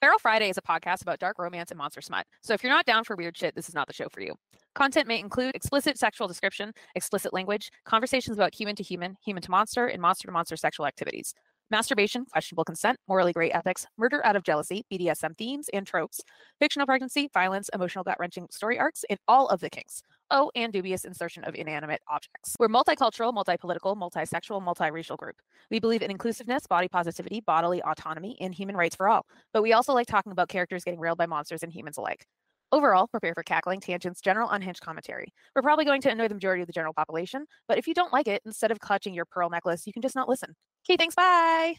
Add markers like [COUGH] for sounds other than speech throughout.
Feral Friday is a podcast about dark romance and monster smut. So if you're not down for weird shit, this is not the show for you. Content may include explicit sexual description, explicit language, conversations about human to human, human to monster, and monster to monster sexual activities. Masturbation, questionable consent, morally gray ethics, murder out of jealousy, BDSM themes and tropes, fictional pregnancy, violence, emotional gut wrenching story arcs, and all of the kinks. Oh, and dubious insertion of inanimate objects. We're multicultural, multi-political, multi-sexual, multiracial group. We believe in inclusiveness, body positivity, bodily autonomy, and human rights for all. But we also like talking about characters getting railed by monsters and humans alike. Overall, prepare for cackling, tangents, general unhinged commentary. We're probably going to annoy the majority of the general population, but if you don't like it, instead of clutching your pearl necklace, you can just not listen. Okay, thanks. Bye.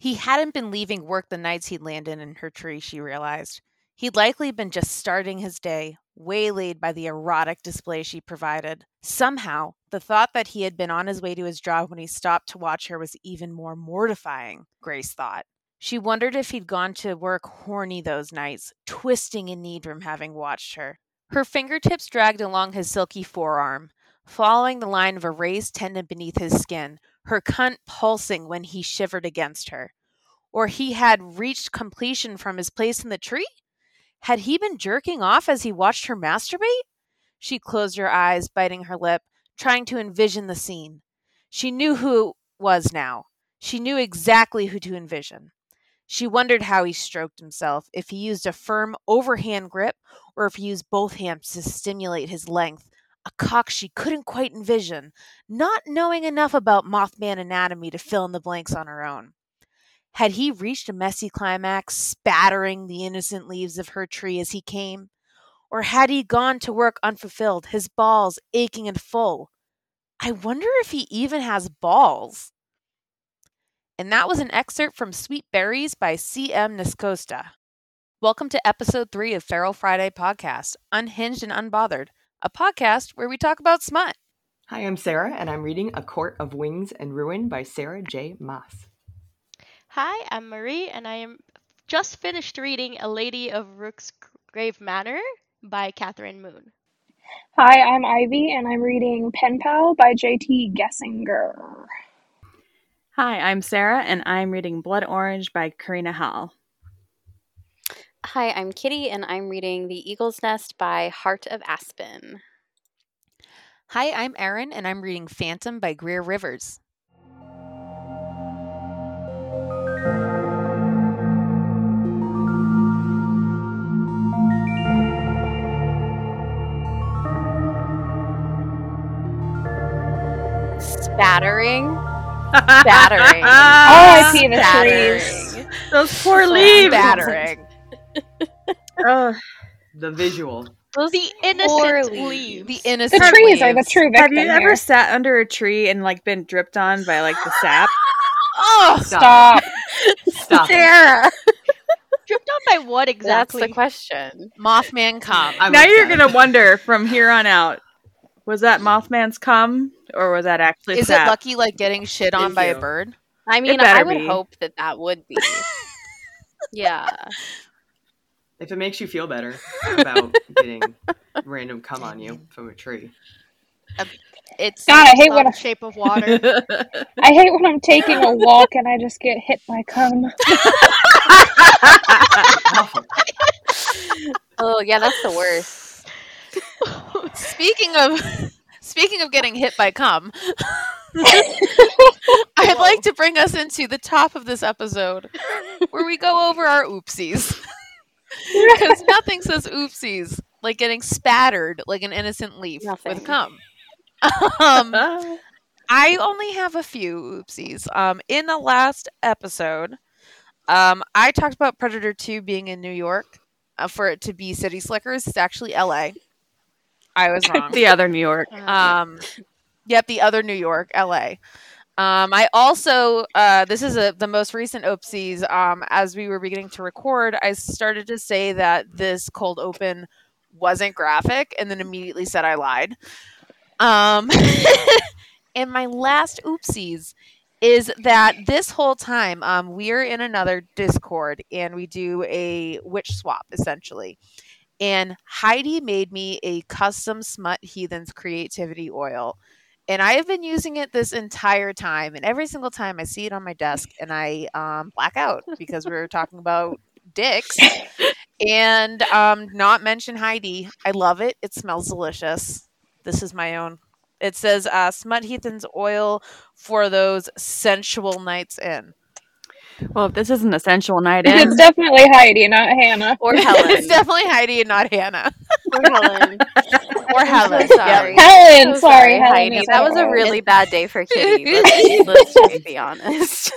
He hadn't been leaving work the nights he'd landed in her tree, she realized. He'd likely been just starting his day, waylaid by the erotic display she provided. Somehow, the thought that he had been on his way to his job when he stopped to watch her was even more mortifying, Grace thought. She wondered if he'd gone to work horny those nights, twisting in need from having watched her. Her fingertips dragged along his silky forearm, following the line of a raised tendon beneath his skin, her cunt pulsing when he shivered against her. Or he had reached completion from his place in the tree? Had he been jerking off as he watched her masturbate? She closed her eyes, biting her lip, trying to envision the scene. She knew who it was now. She knew exactly who to envision. She wondered how he stroked himself, if he used a firm overhand grip, or if he used both hands to stimulate his length, a cock she couldn't quite envision, not knowing enough about Mothman anatomy to fill in the blanks on her own. Had he reached a messy climax, spattering the innocent leaves of her tree as he came? Or had he gone to work unfulfilled, his balls aching and full? I wonder if he even has balls. And that was an excerpt from Sweet Berries by C.M. Niscosta. Welcome to episode three of Feral Friday Podcast, Unhinged and Unbothered, a podcast where we talk about smut. Hi, I'm Sarah, and I'm reading A Court of Wings and Ruin by Sarah J. Moss. Hi, I'm Marie, and I am just finished reading A Lady of Rook's Grave Manor by Catherine Moon. Hi, I'm Ivy, and I'm reading Pen Pal by J.T. Gessinger. Hi, I'm Sarah, and I'm reading Blood Orange by Karina Hall. Hi, I'm Kitty, and I'm reading The Eagle's Nest by Heart of Aspen. Hi, I'm Erin, and I'm reading Phantom by Greer Rivers. Spattering. [LAUGHS] Spattering. Ah, R.I.P. Oh, the trees. Spattering. [LAUGHS] Those poor leaves. Battering. Ugh. The visual. Those the innocent poorly- leaves. The innocent The trees are the leaves. true Have victim you ever here. sat under a tree and like been dripped on by like the [GASPS] sap? Oh, Stop. Stop. it. Sarah. dripped on by what exactly? That's the question. Mothman come. I'm now you're upset. gonna wonder from here on out. Was that Mothman's cum, or was that actually Is it sap? lucky like getting shit on Thank by a you. bird? I mean, better I would be. hope that that would be. yeah. If it makes you feel better about getting random cum on you from a tree. It's God, I hate Love when I, shape of water. I hate when I'm taking a walk and I just get hit by [LAUGHS] cum. Awful. Oh, yeah, that's the worst. Speaking of [LAUGHS] speaking of getting hit by cum, [LAUGHS] I'd Whoa. like to bring us into the top of this episode where we go over our oopsies. [LAUGHS] Because nothing says oopsies like getting spattered like an innocent leaf Nothing. with cum. [LAUGHS] Um, Ah. I only have a few oopsies. Um, in the last episode, um, I talked about Predator 2 being in New York uh, for it to be City Slickers. It's actually LA. I was wrong. the other New York. Uh, Um, yep, the other New York, LA. Um, I also uh, this is a, the most recent oopsies. Um, as we were beginning to record, I started to say that this cold open wasn't graphic, and then immediately said [LAUGHS] I lied. Um, and my last oopsies is that this whole time um, we're in another Discord and we do a witch swap essentially. And Heidi made me a custom Smut Heathens creativity oil. And I have been using it this entire time. And every single time I see it on my desk and I um, black out because we were talking about dicks and um, not mention Heidi. I love it. It smells delicious. This is my own. It says uh, Smut Heathen's oil for those sensual nights in. Well, if this isn't a sensual night in, [LAUGHS] It's definitely Heidi, not Hannah. [LAUGHS] Or it's Helen. definitely Heidi and not Hannah Or [LAUGHS] Helen. or Helen. [LAUGHS] so yeah. sorry. Helen, So sorry, Helen Heidi. is That was a horrible. really bad day for Kitty. Let's, let's just be honest.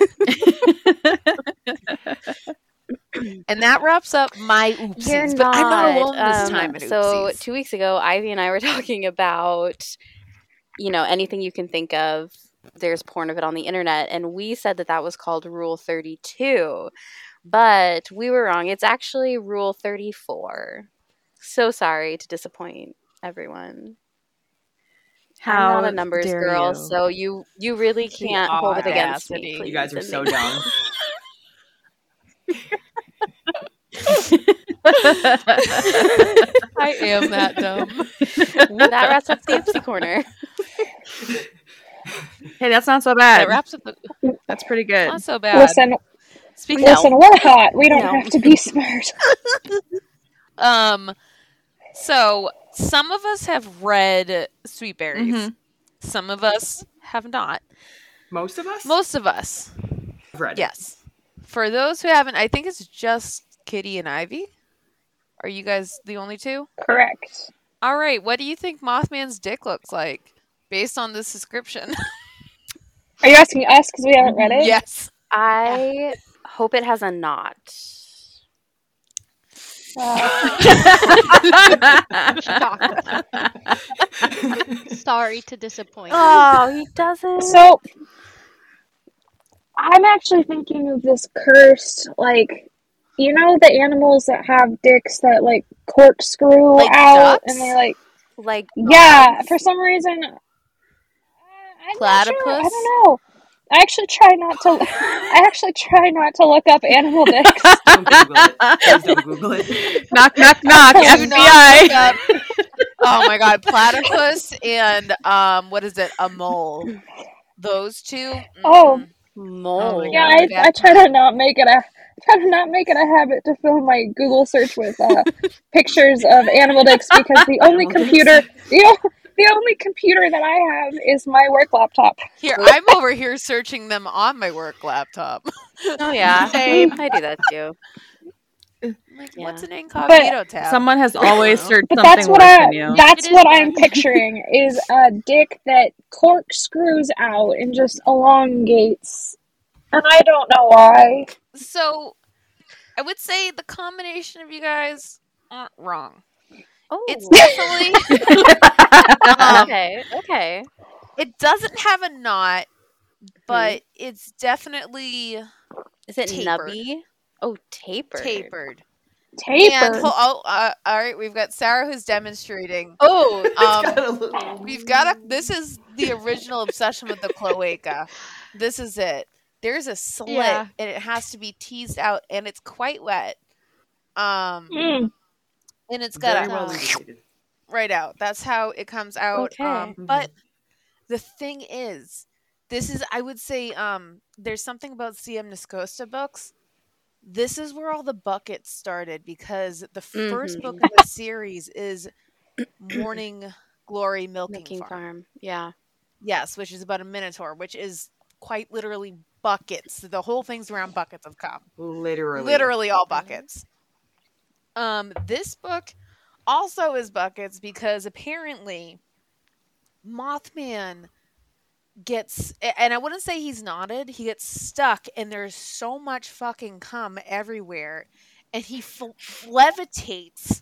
And that wraps up my oopsies. but I'm not alone this um, time. At so [LAUGHS] oopsies. two weeks ago, Ivy and I were [LAUGHS] talking about, you know, anything you can think of. There's porn of it on the internet, and we said that that was called Rule 32, but we were wrong. It's actually Rule 34. So sorry to disappoint everyone. how I'm not a numbers dare girl, you. so you you really The can't hold it against me. audacity. Please. You You guys are It so makes- dumb. I am that [LAUGHS] dumb. that wraps up the Ipsy corner. hey, that's not so that bad. wraps up. The, that's pretty good. not so bad. Listen, Speaking of listen, we're hot. We don't No. have to be [LAUGHS] smart. Um, so some of us have read Sweet Berries. Mhm. Some of us have not. Most of us? Most of us, have read it. yes. For those who haven't, I think it's just Kitty and Ivy. Are you guys the only two? Correct. All right. What do you think Mothman's dick looks like based on this description? [LAUGHS] Are you asking us because we haven't read it? yes. I hope it has a knot. Uh, Sorry to disappoint. Oh, he doesn't. so I'm actually thinking of this cursed, like, you know, the animals that have dicks that like corkscrew Like out ducks? and they like, like yeah, for some reason. uh, I'm not sure. I Platypus? don't know. I actually try not to. I actually try not to look up animal [LAUGHS] dicks. [LAUGHS] Don't Google it. Please don't Google it. knock, knock, knock. Do not look FBI. up- oh my god, platypus and um, what is it? A mole. Those two. Oh. mm. mole. my Yeah, Yeah, I, bad I try to not make it a [LAUGHS] try to not make it a habit to fill my Google search with [LAUGHS] uh, pictures of animal dicks because the only Animal dicks. computer the, o- the only computer that I have is my work laptop. [LAUGHS] Here, I'm over here searching them on my work laptop. [LAUGHS] Oh [LAUGHS] yeah, Same. I do that too. Like, Yeah. what's an incognito tab? Someone has always searched But something that's what worse I than you. that's It is what I'm bad. picturing is a dick that corkscrews out and just elongates. And I don't know why. so, I would say the combination of you guys aren't wrong. Oh, [LAUGHS] It's definitely [LAUGHS] um, okay. Okay. it doesn't have a knot, but Mm-hmm. it's definitely Is it Tapered. nubby? Oh, taper. tapered. And Taper. hol- oh, uh, all right, we've got Sarah who's demonstrating. Oh, Um, Got a little- We've got a. This is the original obsession with the cloaca. This is it. There's a slit, Yeah. and it has to be teased out, and it's quite wet. Um, Mm. and it's got Very a well uh, lubricated. right out. That's how it comes out. Um, Okay. Mm-hmm. but the thing is, this is I would say um, there's something about CM Niscosta books. This is where all the buckets started because the 1st book Mm-hmm. of the series is Morning Glory Milking, milking farm. Farm. Yeah. Yes, which is about a minotaur, which is quite literally buckets. The whole thing's around buckets of cum. Literally. Literally, all buckets. Um, this book also is buckets because apparently Mothman gets a- and I wouldn't say he's knotted, he gets stuck and there's so much fucking cum everywhere and he fl- levitates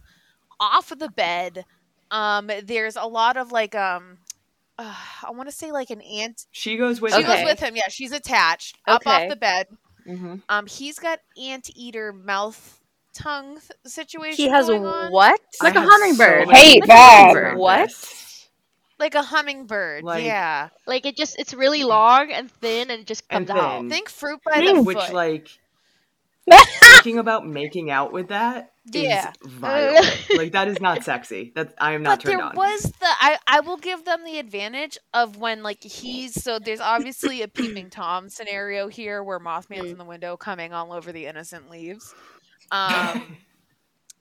off of the bed. Um, there's a lot of like um uh, I want to say like an ant. She goes with She goes Okay. with him. Yeah, she's attached up Okay. off the bed. Mm-hmm. hmm Um, he's got anteater mouth tongue th- situation. He has going on. what? Like a I have so hummingbird. many Hey, questions Bob. about What? this. like a hummingbird. Like- yeah. Like it just it's really long and thin and just And comes [LAUGHS] out. thin. Think fruit by the [LAUGHS] Mm. Which, foot. [LAUGHS] like, thinking about making out with that is Yeah. [LAUGHS] vile. like, that is not sexy. That I am not but turned there on. was the I, I will give them the advantage of when like he's so there's obviously [COUGHS] a peeping tom scenario here where mothman's Mm. in the window coming all over the innocent leaves [COUGHS] um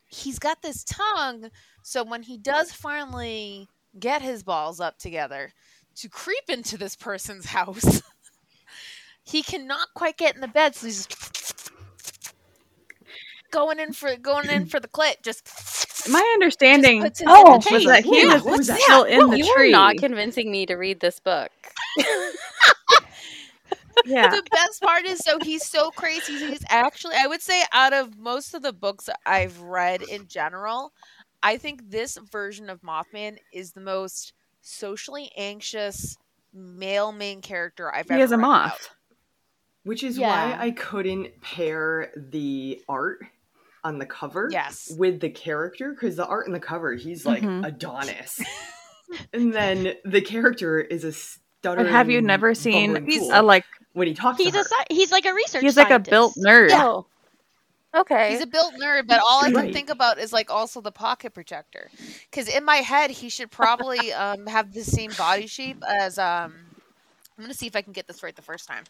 he's got this tongue so when he does finally get his balls up together to creep into this person's house [LAUGHS] he cannot quite get in the bed so he's just going in for going in for the clit just My understanding puts was his in the Oh. that tape. he Yeah, was, what was that? still in the you tree. are not convincing me to read this book. yeah. the best part is so he's so crazy he's actually i would say out of most of the books that i've read in general i think this version of mothman is the most socially anxious male main character i've He ever is a read about. moth. Which is Yeah. why I couldn't pair the art on the cover yes with the character because the art in the cover, he's like Mm-hmm. Mhm. [LAUGHS] Adonis, and then the character is a stuttering. But have you never bumbling seen fool a like? when he talks? He's to her. a sci- he's like a research. He's like a built scientist. nerd. Oh. Okay. He's a built nerd, but all I can Right. think about is like also the pocket projector, because in my head he should probably um, have the same body shape as um. I'm gonna see if I can get this right the first time.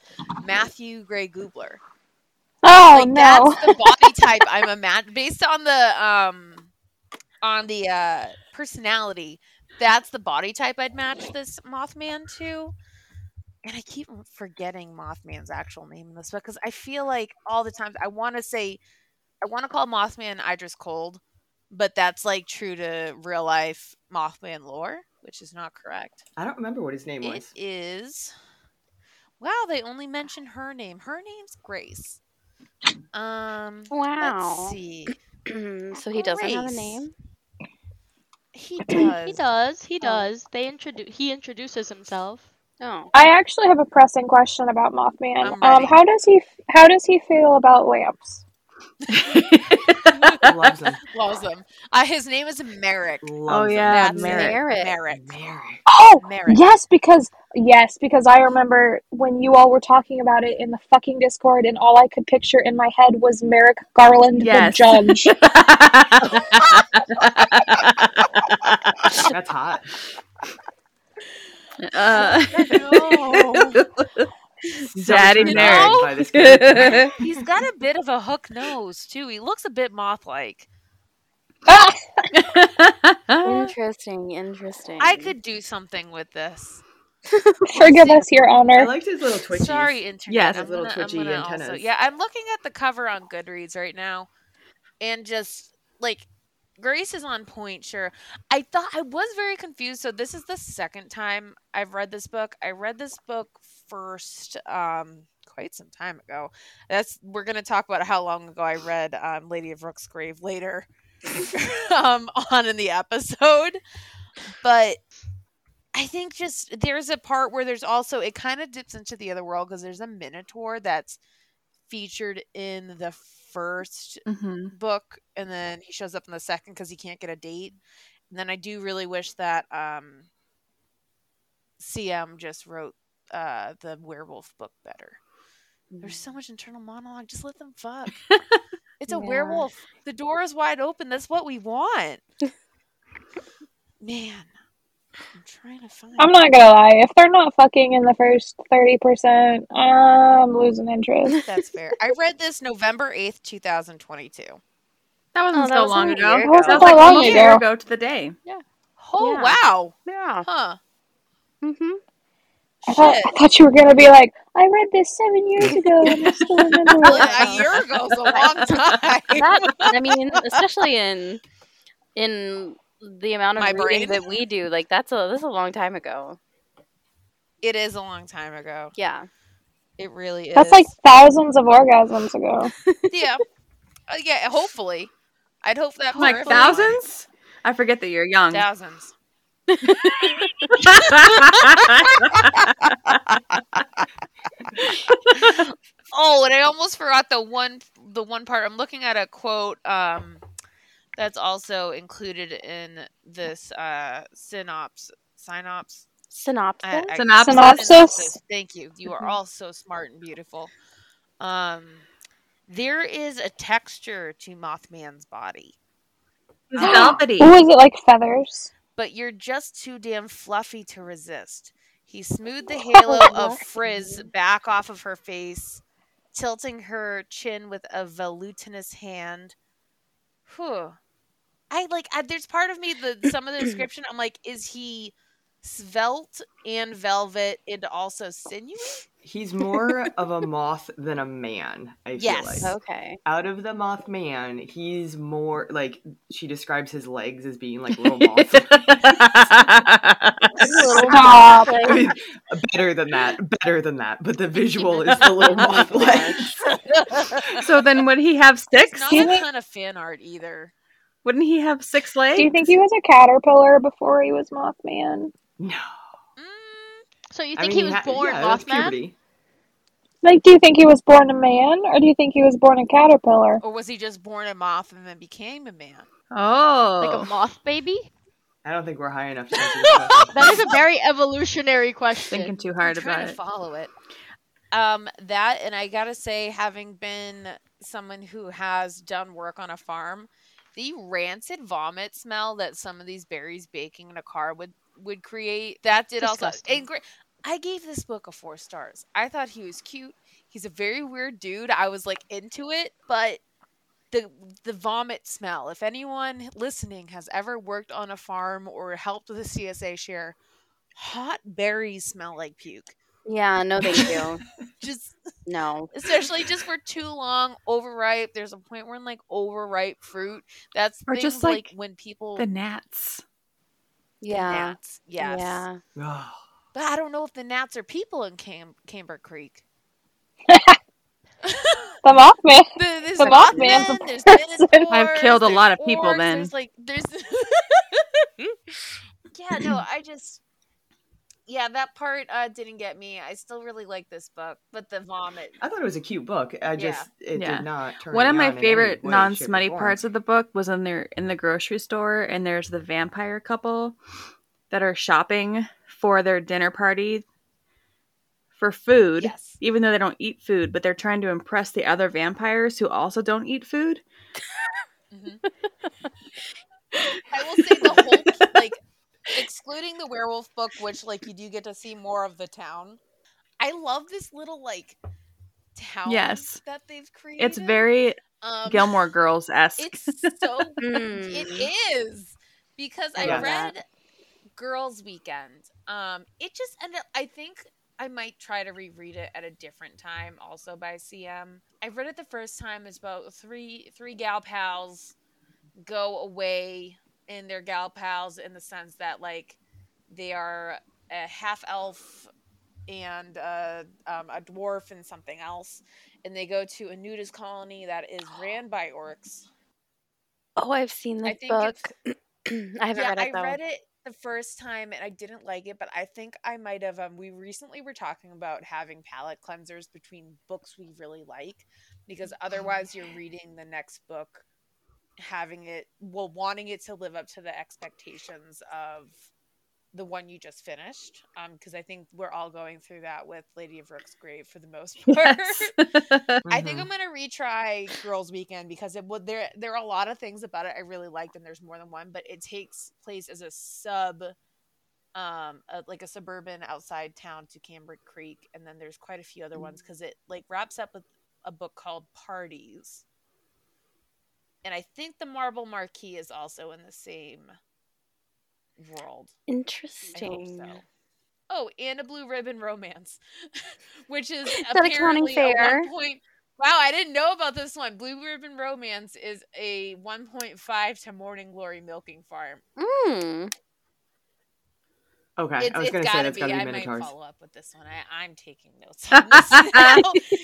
Matthew Gray Goobler. Oh like no. that's the body type I'm imagine based on the um on the uh personality. That's the body type I'd match this Mothman to. And I keep forgetting Mothman's actual name in this book because I feel like all the times I want to say I want to call Mothman Idris Cold, but that's like true to real life Mothman lore, which is not correct. I don't remember what his name It was. is. Wow, they only mention her name. Her name's Grace. Um, wow. let's see. [CLEARS THROAT] so he doesn't have a Grace. name. [CLEARS THROAT] He does. He does. He does. They introduce. He introduces himself. Oh. I actually have a pressing question about Mothman. I'm Um, ready. how does he how does he feel about lamps? Loves him. [LAUGHS] Loves them. Uh, his name is Merrick. Loves him. Oh, yeah. That's Merrick. Merrick. Merrick. Merrick. Oh, Merrick. Yes, because yes, because I remember when you all were talking about it in the fucking Discord, and all I could picture in my head was Merrick Garland, Yes. the [LAUGHS] judge. [LAUGHS] That's hot. [LAUGHS] Uh, No. [LAUGHS] Daddy turned Merrick. on by [LAUGHS] this character. He's got a bit of a hook nose too. He looks a bit moth-like. Ah! Interesting. Interesting. I could do something with this. Forgive us, Your I Honor. liked his little twitchy. Sorry, internet. Yes. I'm Those little gonna- I'm twitchy gonna also- antennas. yeah, I'm looking at the cover on Goodreads right now, and just like Grace is on point. Sure, I thought I was very confused. So this is the second time I've read this book. I read this book first um, quite some time ago. That's we're gonna talk about how long ago I read um, Lady of Rook's Grave later [LAUGHS] um, on in the episode, but I think just there's a part where there's also it kind of dips into the other world because there's a minotaur that's featured in the first Mhm. book, and then he shows up in the second because he can't get a date. And then I do really wish that um, CM just wrote uh, the werewolf book better. There's so much internal monologue. Just let them fuck. it's a Yeah. werewolf. The door is wide open. That's what we want. Man, I'm trying to find. I'm not gonna lie. If they're not fucking in the first thirty percent, I'm losing interest. That's fair. I read this November 8th, 2022. That wasn't Oh, that so was long only a ago. year That wasn't That was that like long almost a year ago. ago to the day. Oh, Yeah. wow. Yeah. Huh. Mm-hmm. I thought, Shit. I thought you were gonna be like, I read this seven years ago and I still [LAUGHS] remember Well, it. a year ago is a [LAUGHS] long time. That I mean, especially in in the amount of My brain. reading that we do, like that's a that's a long time ago. It is a long time ago. Yeah. It really is. That's like thousands of orgasms ago. yeah. Uh, yeah, hopefully. I'd hope that I'm like for everyone. thousands. I forget that you're young. [LAUGHS] Thousands. Oh, and I almost forgot the one the one part. I'm looking at a quote um, that's also included in this uh, synops Synops. Synopsis? I- I- Synopsis? Synopsis? Thank you. You are all so smart and beautiful. Um, there is a texture to Mothman's body, He's Ah. velvety. What was it like feathers? but you're just too damn fluffy to resist. He smoothed the halo of What? frizz back off of her face, tilting her chin with a volutinous hand. Whew. I like. I, there's part of me the some of the description. I'm like, is he svelte and velvet and also sinewy? He's more of a moth than a man, I Yes. feel like. Okay. Out of the moth man, he's more like she describes his legs as being like [LAUGHS] little moth. Stop. I mean, better than that, better than that. But the visual is the little moth legs. so then would he have There's six? not Do you a think- ton of fan art either. Wouldn't he have six legs? Do you think he was a caterpillar before he was Mothman? No. Mm, So you I think mean, he was ha- born yeah, that's Mothman? puberty. Like, do you think he was born a man, or do you think he was born a caterpillar? or was he just born a moth and then became a man? Oh. Like a moth baby? I don't think we're high enough to answer this question. That is a very evolutionary question. Thinking too I'm hard trying about to it. follow it. Um, that and I gotta say, having been someone who has done work on a farm, the rancid vomit smell that some of these berries baking in a car would would create that did also. Disgusting. And great, I gave this book a four stars. I thought he was cute. He's a very weird dude. I was like into it, but the the vomit smell. If anyone listening has ever worked on a farm or helped with a CSA share, hot berries smell like puke. Yeah, no, thank you. just No. especially just for too long overripe there's a point where in like overripe fruit that's Or things just, like, like, when people The gnats. Yeah. gnats yes Yeah. Oh, but i don't know if the gnats are people in Cam- camber creek The Mothman. The- there's The Mothman's a Mothman, there's minotaurs, [LAUGHS] I've killed a there's lot of people orcs, then. there's like there's [LAUGHS] yeah no i just yeah that part uh, didn't get me i still really like this book but the vomit I thought it was a cute book. I just it Yeah. did not turn. One of me my on in any favorite way, shape, or non-smutty form. parts of the book was in their in the grocery store, and there's the vampire couple that are shopping for their dinner party for food, yes even though they don't eat food, but they're trying to impress the other vampires who also don't eat food. Mhm. I will say the [LAUGHS] whole like excluding the werewolf book, which like you do get to see more of the town. I love this little like town Yes. that they've created. It's very um, Gilmore Girls esque. It's so Mm. it is because I, I love read that. Girls Weekend. Um, it just ended. I think I might try to reread it at a different time, also by CM. I read it the first time. It's about three three gal pals go away, and they're gal pals in the sense that like they are a half elf and uh, um, a dwarf and something else, and they go to a nudist colony that is ran by orcs. Oh, I've seen I the think book. it's- [CLEARS THROAT] I haven't yeah, read it I though. read it the first time and I didn't like it, but I think I might have. Um, we recently were talking about having palette cleansers between books we really like, Oh, because otherwise you're reading the next book, having it, well, wanting it to live up to the expectations of the one you just finished. Um, because I think we're all going through that with Lady of Rook's Grave for the most [LAUGHS] part. [LAUGHS] Yes. I think Mhm. I'm gonna retry Girls Weekend because it would there there are a lot of things about it I really liked and there's more than one, but it takes place as a sub um uh like a suburban outside town to Camber Creek and then there's quite a few other ones because it like wraps up with a book called Parties. And I think the Marble Marquee is also in the same world. I hope Interesting. so. Oh, and a blue ribbon romance, [LAUGHS] which is that a counting apparently a fair? one point. Wow, I didn't know about this one. Blue ribbon romance is a 1.5 to Morning Glory milking farm. Hmm. Mm. Okay, It's, I was it's going to say gotta that's be. got to be I might minotaurs. follow up with this one. I, I'm taking notes on [LAUGHS] this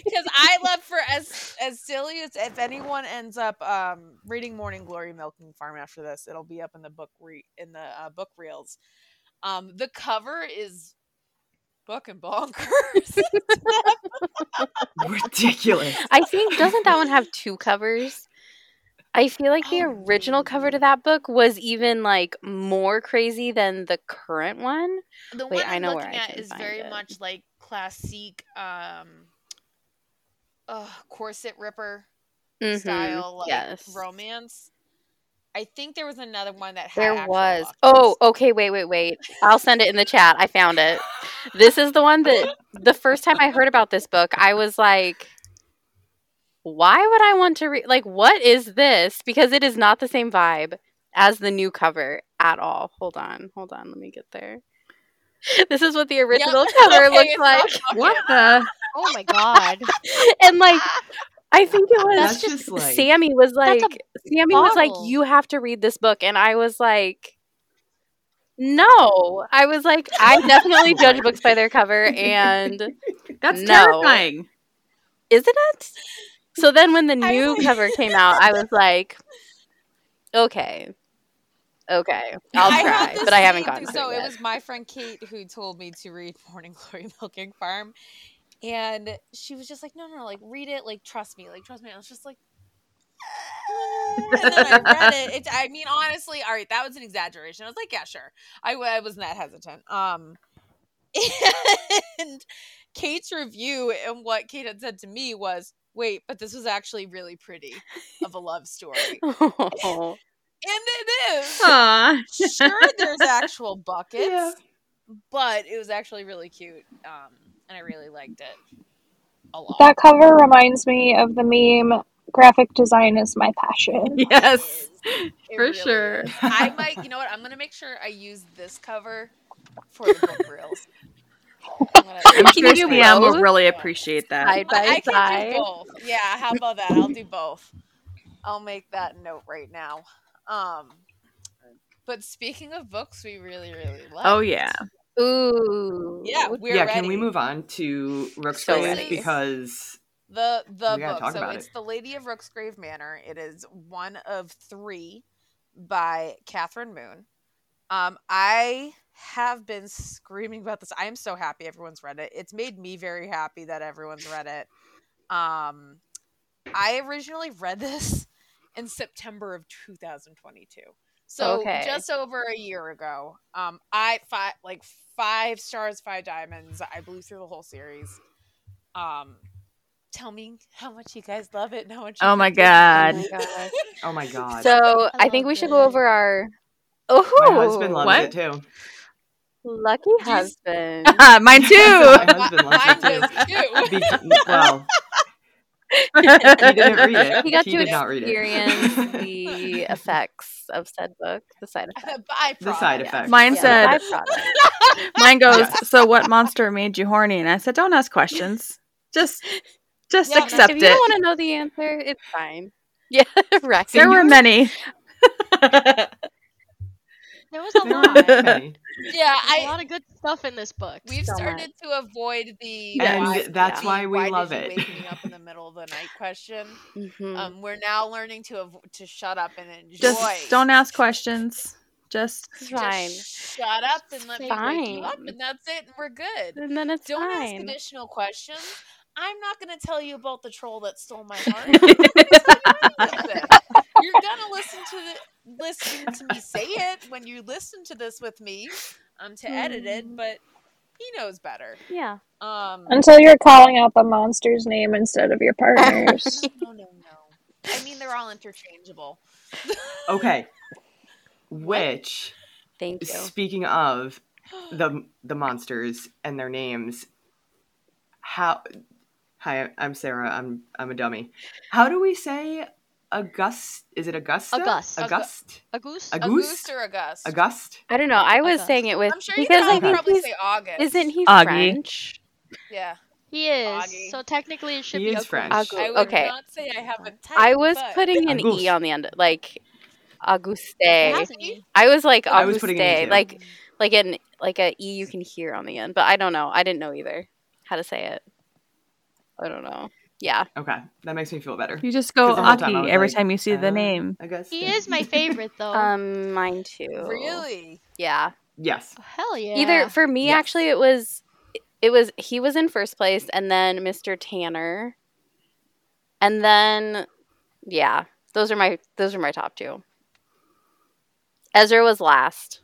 because I love for as as silly as if anyone ends up um, reading Morning Glory Milking Farm after this, it'll be up in the book re- in the uh, book reels. Um, the cover is fucking bonkers. [LAUGHS] Ridiculous. [LAUGHS] [LAUGHS] I think doesn't that one have two covers? I feel like the Oh. original cover to that book was even like more crazy than the current one. The Wait, one I I'm know where looking I at can is find very it. much like classic um uh, corset ripper Mhm, Mm-hmm. style like yes. romance. I think there was another one that had There actual was. love Oh, interest. okay. Wait, wait, wait. I'll send it in the chat. I found it. This is the one that the first time I heard about this book, I was like, why would I want to read? Like, what is this? Because it is not the same vibe as the new cover at all. Hold on. Hold on. Let me get there. [LAUGHS] This is what the original [LAUGHS] cover Okay, looks it's not [LAUGHS] like. What the? Oh my god. and like I think it was That's just like Sammy was like That's a Sammy was like boggle. you have to read this book and I was like no I was like I definitely judge books by their cover [LAUGHS] and That's No. terrifying. isn't it so then when the I new like- cover came out I was like okay okay I'll I had try this but I haven't same gotten thing- to So it it yet. was my friend Kate who told me to read [LAUGHS] Morning Glory Milking Farm, and she was just like, "No, no, no, like read it, like trust me, like trust me." I was just like. "Ah," and then I read it. it. I mean, honestly, all right, that was an exaggeration. I was like, yeah, sure. I, w- I wasn't that hesitant. Um, [LAUGHS] and Kate's review and what Kate had said to me was, wait, but this was actually really pretty of a love story. and Oh. it is Aw. sure there's actual buckets Yeah. but it was actually really cute um and i really liked it a lot That cover reminds me of the meme graphic design is my passion. Yes. It For really sure. is. i might you know what i'm gonna make sure i use this cover for the book reels I'm gonna- I'm Can sure you do Sam will both? really appreciate that. Side by I, I can side. do both yeah how about that i'll do both i'll make that note right now um but speaking of books we really really love Oh yeah. [LAUGHS] Ooh. Oh yeah we're yeah, ready can we move on to Rook's So Grave? ready. Because the the We gotta book. talk so about it's it. the Lady of Rooksgrave Manor. It is one of three by Catherine Moon. Um, I have been screaming about this. I am so happy everyone's read it. It's made me very happy that everyone's read it. Um, I originally read this in September of 2022. So Okay. just over a year ago. Um, I five like five stars, five diamonds. I blew through the whole series. Um, tell me how much you guys love it. And how much? you Oh my think it's- Oh god. my gosh. oh my god, So I, think loved we should go it. over our. Oh, my husband loves What? it too. lucky husband. [LAUGHS] Uh, [LAUGHS] [LAUGHS] Mine my too. husband loves Mine it [LAUGHS] does too. too. Be- well, he didn't read it. [LAUGHS] he got to did not read [LAUGHS] experience [LAUGHS] it. the effects of said book, the side effects. the byproduct. the side Yeah. effects. Mine the said- byproduct. Mine goes, Yes. so what monster made you horny? And I said, don't ask questions. Just just Yeah, accept if it. you don't want to know the answer, it's [LAUGHS] fine. Yeah, right. there were many. There was a There lot. were There's many. Yeah, a I lot of good stuff in this book. we've so started to avoid the Yes. why- And that's the why we did love you it." Wake me up in the middle of the night question. Mhm. Um, we're now learning to av- to shut up and enjoy. Just don't ask questions. Just it's Just fine. shut up and let me wake you up, Fine. and that's it, and we're good. And then it's Don't ask fine. additional questions. I'm not going to tell you about the troll that stole [LAUGHS] my heart. You're gonna listen to it. You're gonna listen to the, listen to me say it when you listen to this with me, um, to edit Hmm. it. But he knows better. Yeah. [LAUGHS] Um, Until you're calling out the monster's name instead of your partner's. [LAUGHS] no, no, no, no. I mean, they're all interchangeable. Okay, which Thank you. speaking of [GASPS] the the monsters and their names, how? Hi, I'm Sarah. I'm I'm a dummy. How do we say August? Is it Augusta? August. August. A goose? A a goose. goose or a gust? August. I don't know. I was Okay. saying it with I'm sure you because can I all think probably he's, say August. isn't he Augie. French? Yeah. He is. Foggy. So technically it should He be is a goose. French. Agu- I would okay. not say I have a type. I was but- putting an Auguste. e on the end, like Auguste. It has an E. I was like I Auguste, was putting it in too. like like an like a e you can hear on the end, but I don't know. I didn't know either how to say it. I don't know. Yeah, Okay, that makes me feel better. you just go 'Cause the whole time I Aki was every like, time you see the uh, name. August. He is my favorite [LAUGHS] though. um, mine too. Really? Yeah. [LAUGHS] Yes. Oh, Hell yeah. Either for me, Yes. actually, it was it was he was in first place, and then Mr. Tanner, and then yeah, Those are my those are my top two. Ezra was last.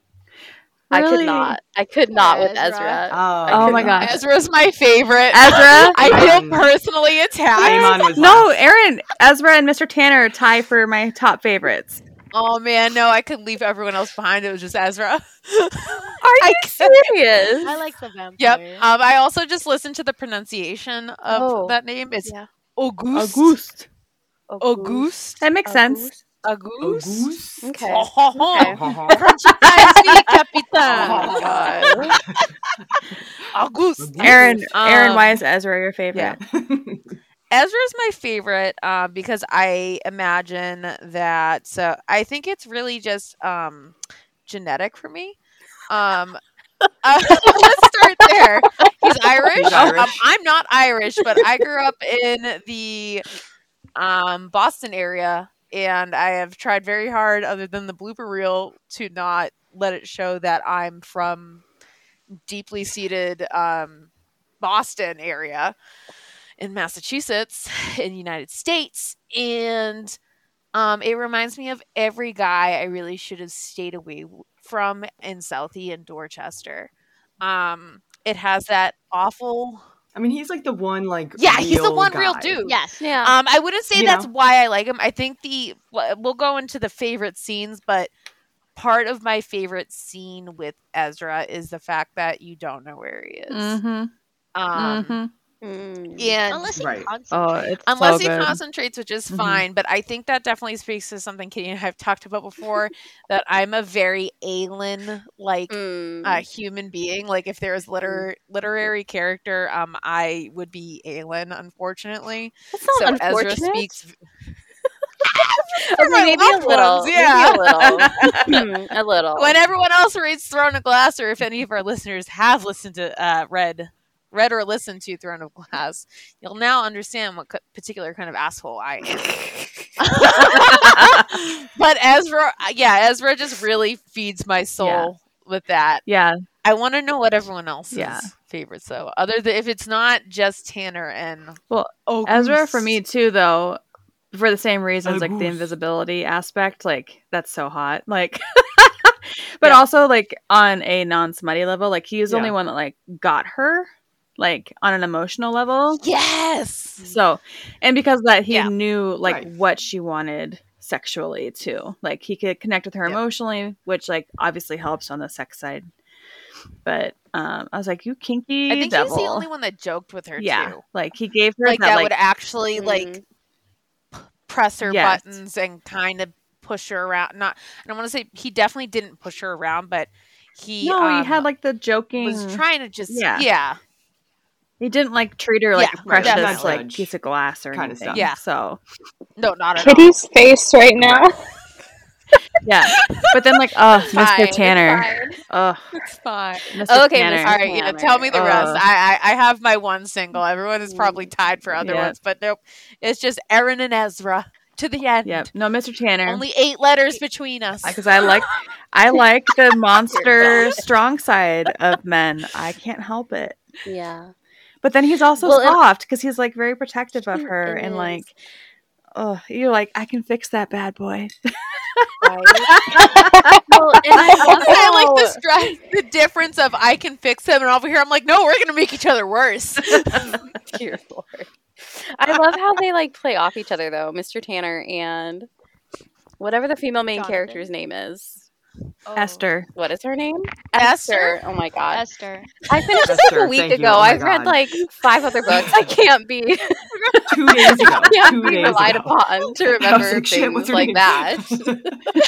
I could Really? not. I could not with Ezra. Ezra. Oh, Oh my god. gosh. Ezra's my favorite. Ezra? I feel Mm. Um, personally attacked. Amon was No, last. Aaron, Ezra and Mr. Tanner tie for my top favorites. [LAUGHS] Oh man, no, I could leave everyone else behind. It was just Ezra. [LAUGHS] Are you serious? I like the vampire. yep. Um, I also just listened to the pronunciation of Oh, that name. It's yeah. August. Oh, August. That makes sense. August. Goose? Okay. Oh, ho, ho. Okay. Franchise, Uh-huh. Capitan. [LAUGHS] [LAUGHS] August. Aaron, Aaron, Um, why is Ezra your favorite? yeah. Ezra's my favorite uh, because I imagine that. So I think it's really just um, genetic for me. Um, [LAUGHS] uh, let's start there. He's Irish. He's Um, Irish. I'm not Irish, but I grew up in the um, Boston area, and I have tried very hard, other than the blooper reel, to not let it show that I'm from deeply seated um, Boston area in Massachusetts, [SIGHS] in the United States, and um, it reminds me of every guy I really should have stayed away w- from in Southie and Dorchester. Um, it has that awful. [LAUGHS] I mean, he's like the one, like. Yeah, he's the one real guy. dude. Yes. Yeah. Um, I wouldn't say You that's know. why I like him. I think the we'll go into the favorite scenes, but part of my favorite scene with Ezra is the fact that you don't know where he is. Mm-hmm. Um, hmm Mm. and Unless he Right. Oh, concentrates. it's unless so he good. concentrates, which is Mm-hmm. Mhm. fine. But I think that definitely speaks to something Kitty and I have talked about before [LAUGHS] that I'm a very alien like Mm. uh, human being. Like if there is Mm-hmm. liter literary character, um, I would be alien, unfortunately. That's not so unfortunate. Ezra speaks. I for mean, my maybe, a loved little, ones, yeah. maybe a little. [LAUGHS] a little. Oh. When everyone else reads Throne of Glass, or if any of our listeners have listened to uh, read read or listened to Throne of Glass, you'll now understand what co- particular kind of asshole I am. [LAUGHS] but Ezra, yeah, Ezra just really feeds my soul with that. Yeah. I want to know what everyone else's Yeah. favorites though, other than if it's not just Tanner and Well, oh, Ezra for me too, though, for the same reasons, like the August. invisibility aspect. Like that's so hot. Like, [LAUGHS] but Yeah. also like on a non-smutty level, like he was the only Yeah. one that like got her, like on an emotional level. Yes. So, and because of that he Yeah. knew like Right. what she wanted sexually too. Like he could connect with her Yeah. emotionally, which like obviously helps on the sex side. But um I was like, you kinky I think devil. he's the only one that joked with her yeah, too. like he gave her like that, that, like mm-hmm. would actually Mhm. like p- press her Yes. buttons and kind of push her around. Not, I don't want to say he definitely didn't push her around, but he no, um, he had like mm. the joking. was trying to just Yeah. yeah, yeah, He didn't like treat her like Yeah, a right, precious definitely. like Judge piece of glass or kinda anything. stuff. Yeah. So no, not at all. Kitty's face right now. yeah, but then like oh, Fine, Mr. Tanner, Fine. oh, It's fine. Mr. Okay, Tanner. Mr. All right, yeah. Tell me the Tanner. rest. Uh. I, I I have my one single. Everyone is probably tied for other Mm-hmm. Yeah. ones, but nope. It's just Erin and Ezra to the end. Yep, no, Mr. Tanner. Only eight letters between us. [LAUGHS] because I like I like the monster strong side of men. I can't help it. Yeah. But then he's also Well, it- soft because he's like very protective of It her and is. like oh you're like I can fix that bad boy. Right. well, [LAUGHS] and [LAUGHS] I love I like how- [LAUGHS] the stress, the difference of I can fix him, and over here I'm like, no, we're gonna make each other worse. Dear Lord. I love how they like play off each other though, Mr. Tanner and whatever the female main Jonathan. character's name is. Oh. Esther. What is her name? Esther? Oh my god. Esther. I finished this like Esther, a week thank you. ago. Oh my I've read God. like five other books. I can't be [LAUGHS] [LAUGHS] Two days ago. [LAUGHS] can't Two be days relied ago. [LAUGHS] upon to I was remember like, shit, what's things her like name? [LAUGHS] that.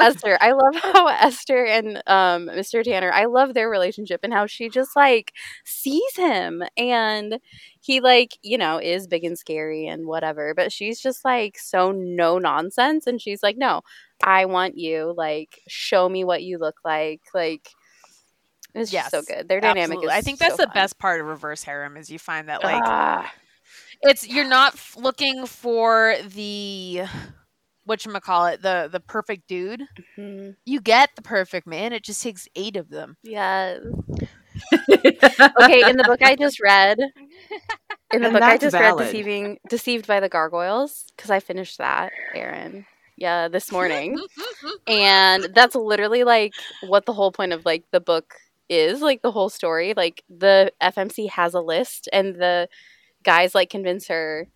Esther. I love [LAUGHS] how Esther and um, Mr. Tanner, I love their relationship and how she just like sees him and he like, you know, is big and scary and whatever, but she's just like so no nonsense and she's like, "No, I want you. Like show me what you look like." Like it's just so Yes, good. Their dynamic Absolutely. is I think that's so the fun. best part of reverse harem is you find that like Ah, it's you're not f- looking for the what you call it the the perfect dude. mhm. You get the perfect man. It just takes eight of them. [LAUGHS] yes. Okay, in the book I just read, In the And book I that's just valid. read Deceiving Deceived by the Gargoyles, because I finished that, Aaron. Yeah, this morning. and that's literally like what the whole point of like the book is, like the whole story. Like the FMC has a list and the guys like convince her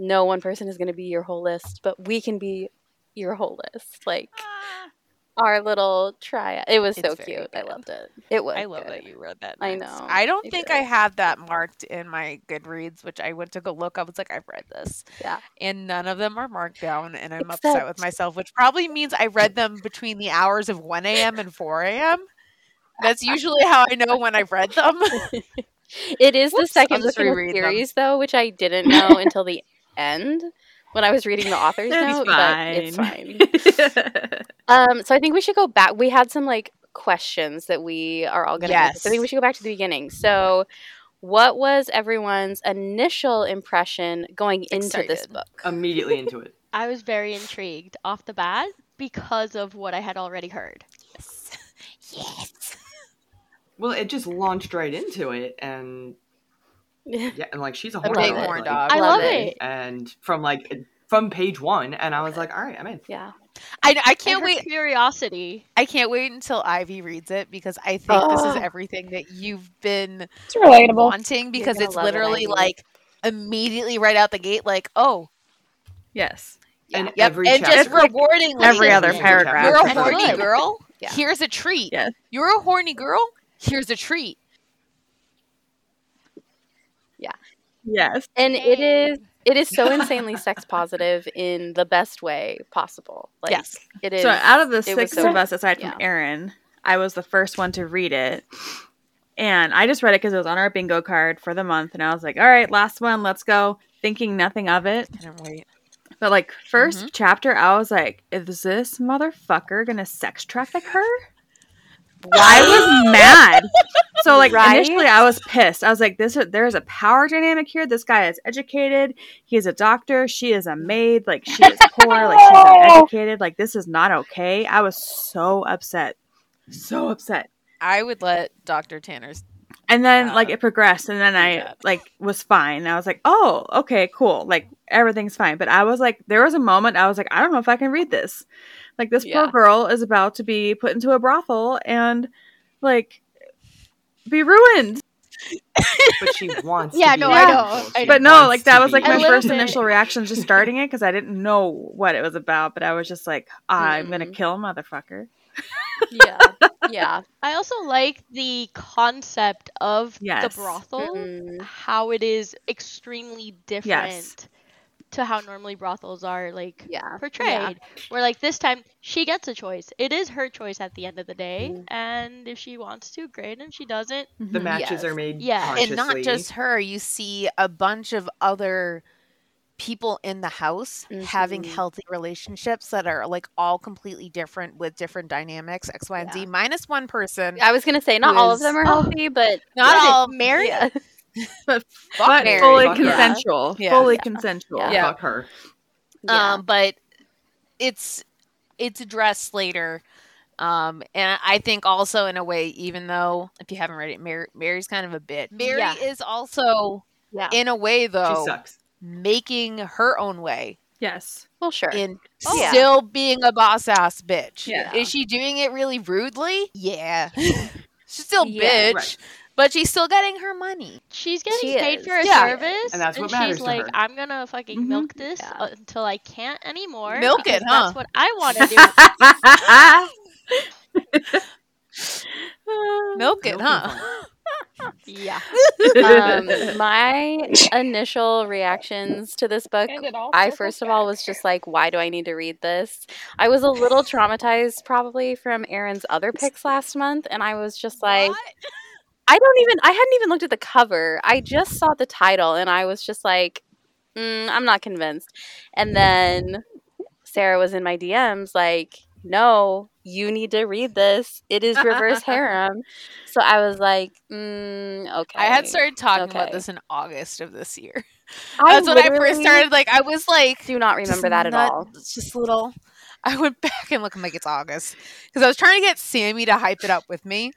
no one person is gonna be your whole list, but we can be your whole list. Like our little triad. It was so It's very cute. [LAUGHS] I good. loved it. It was I love good. that you read that. I next. know. uh, I don't I think did. I have that marked in my Goodreads, which I went to go look. I was like, I've read this. Yeah. And none of them are marked down, and I'm upset with Except- myself, which probably means I read them between the hours of 1 a.m. and 4 a.m. [LAUGHS] That's usually how I know when I've read them. It is the Whoops, I'll second book just in the reread them. series, though, which I [LAUGHS] didn't know until the end when I was reading the author's note. But it's fine. Um, so I think we should go back. We had some like questions that we are all going to answer. So I think Yes. we should go back to the beginning. So, what was everyone's initial impression going into this [LAUGHS] Excited. book? Immediately into it. I was very intrigued off the bat because of what I had already heard. Yes. Yes. Well, it just launched right into it, and yeah, and like she's a horn love dog. it. Horn like, dog. I Love love it. it. And from like from page one, and I was like, all right, I'm in. yeah, I, I And can't her wait. Curiosity. I can't wait until Ivy reads it because I think this is Oh. everything that you've been It's relatable. wanting because gonna it's love it, Ivy. literally like immediately right out the gate, like, oh, [LAUGHS] yes. And yep, every and just chapter, rewarding every listen, other Yeah. paragraph. [LAUGHS] You're a And horny good. girl. Yeah. Here's a treat. Yes. You're a horny girl. Here's a treat. Yes. and it Hey. is it is so [LAUGHS] insanely sex positive in the best way possible. Like Yes. it is. So out of the it was six so- of us, aside from yeah. Aaron, I was the first one to read it, and I just read it because it was on our bingo card for the month, and I was like, "All right, last one, let's go." Thinking nothing of it, I didn't wait. but like 1st Mm-hmm. chapter, I was like, "Is this motherfucker gonna sex traffic her?" I was mad. So like [LAUGHS] Right? initially, I was pissed. I was like, "This there is a power dynamic here. This guy is educated. He's a doctor. She is a maid. Like she is poor. like she's Oh. Ah. uneducated. Like this is not okay." I was so upset, so upset. I would let Dr. Tanner's And then Yeah. like it progressed, and then Good I job. like was fine. I was like, "Oh, okay, cool. Like everything's fine." But I was like, there was a moment I was like, "I don't know if I can read this." Like this Yeah. poor girl is about to be put into a brothel and like be ruined. but she wants. Yeah, to be no, I beautiful. know. I She but no, wants like to that was be like A my little first bit. initial reaction just starting it because I didn't know what it was about, but I was just like, I'm gonna Mm-mm. kill a motherfucker. [LAUGHS] [LAUGHS] yeah, yeah. I also like the concept of Yes. the Mm-hmm. brothel, Mm. how it is extremely different to how normally brothels are like Yeah. portrayed. Where like this time she gets a choice. It is her choice at the end of the day, Mhm. and if she wants to, great. And if she doesn't, The matches Yes. are made Yeah. And not consciously. just her, you see a bunch of other people in the house having Mhm. healthy relationships that are like all completely different with different dynamics, X, Y, and Z, Yeah. minus one person. I was gonna say not Who all of is- them are healthy, but Not yeah. all Mary. Yeah. But, Fuck but Mary. fully Fuck her. consensual. Yeah. Fully Yeah. consensual. Yeah. fuck her. Yeah. Um, but it's it's addressed later. Um, and I think also in a way, even though if you haven't read it, Mary, Mary's kind of a bit. Mary Yeah. is also Yeah. in a way She though sucks. making her own way Yes. well, sure. in Oh, yeah. still being a boss ass bitch. Yeah. Is she doing it really rudely? [LAUGHS] Yeah. She's still a Yeah. bitch, Right. but she's still getting her money. She's getting She paid is. for a Yeah. service, And that's what matters she's to like, her. "I'm gonna fucking Mhm. milk this Yeah. uh, until I can't anymore." Milk it, because huh? That's what I want to do. [LAUGHS] [LAUGHS] Milk it, Milking huh? yeah, um, my initial reactions to this book And it all I circles first of all back. was just like, why do I need to read this? I was a little traumatized probably from Aaron's other picks last month, and I was just like, I don't even, I hadn't even looked at the cover. I just saw the title, and I was just like, mm, I'm not convinced. And then Sarah was in my DMs like, no, you need to read this. It is [LAUGHS] reverse harem. So I was like, mm, okay. I had started talking about Okay. this in August of this year. I That's when I first literally started. Like I was like, Do not just remember that at nut- all. Just little. I went back and looked. I'm like, it's August because I was trying to get Sammy to hype it up with me.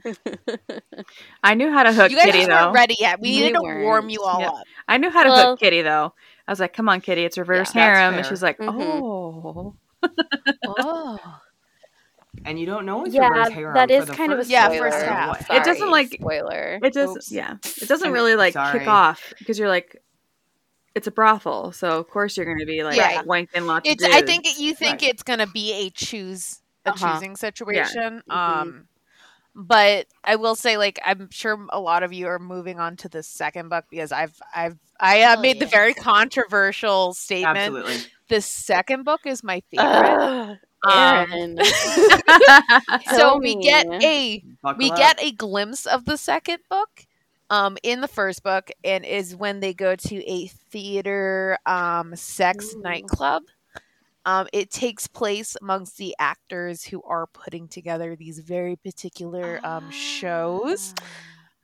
I knew how to Oh, hook you guys Kitty just weren't though. ready yet. We We needed to weren't. warm you all Yep. up. I knew how to Well- hook Kitty though. I was like, "Come on, Kitty, it's reverse Yeah, that's harem," and fair. she's like, Mhm. "Oh." Oh, and you don't know it's Yeah, reverse harem that for is the kind of a first Yeah, spoiler. first episode. half. What- It doesn't, Sorry, like- spoiler. It just Oops. yeah, it doesn't I'm really like sorry. kick off because you're like, it's a brothel, so of course you're gonna be like Right. wanking lots it's. of I dudes. [LAUGHS] think it- you think Right. it's gonna be a choose a Uh-huh. choosing situation. Mhm. Um, but I will say, like, I'm sure a lot of you are moving on to the second book because I've, I've, I uh, Oh, made the yeah. very controversial statement. Absolutely. The second book is my favorite. Ugh, Um, [LAUGHS] Aaron. so we get Tony. a Buckle we up. get a glimpse of the second book um in the first book and is when they go to a theater um sex Ooh. nightclub um it takes place amongst the actors who are putting together these very particular Ah. um shows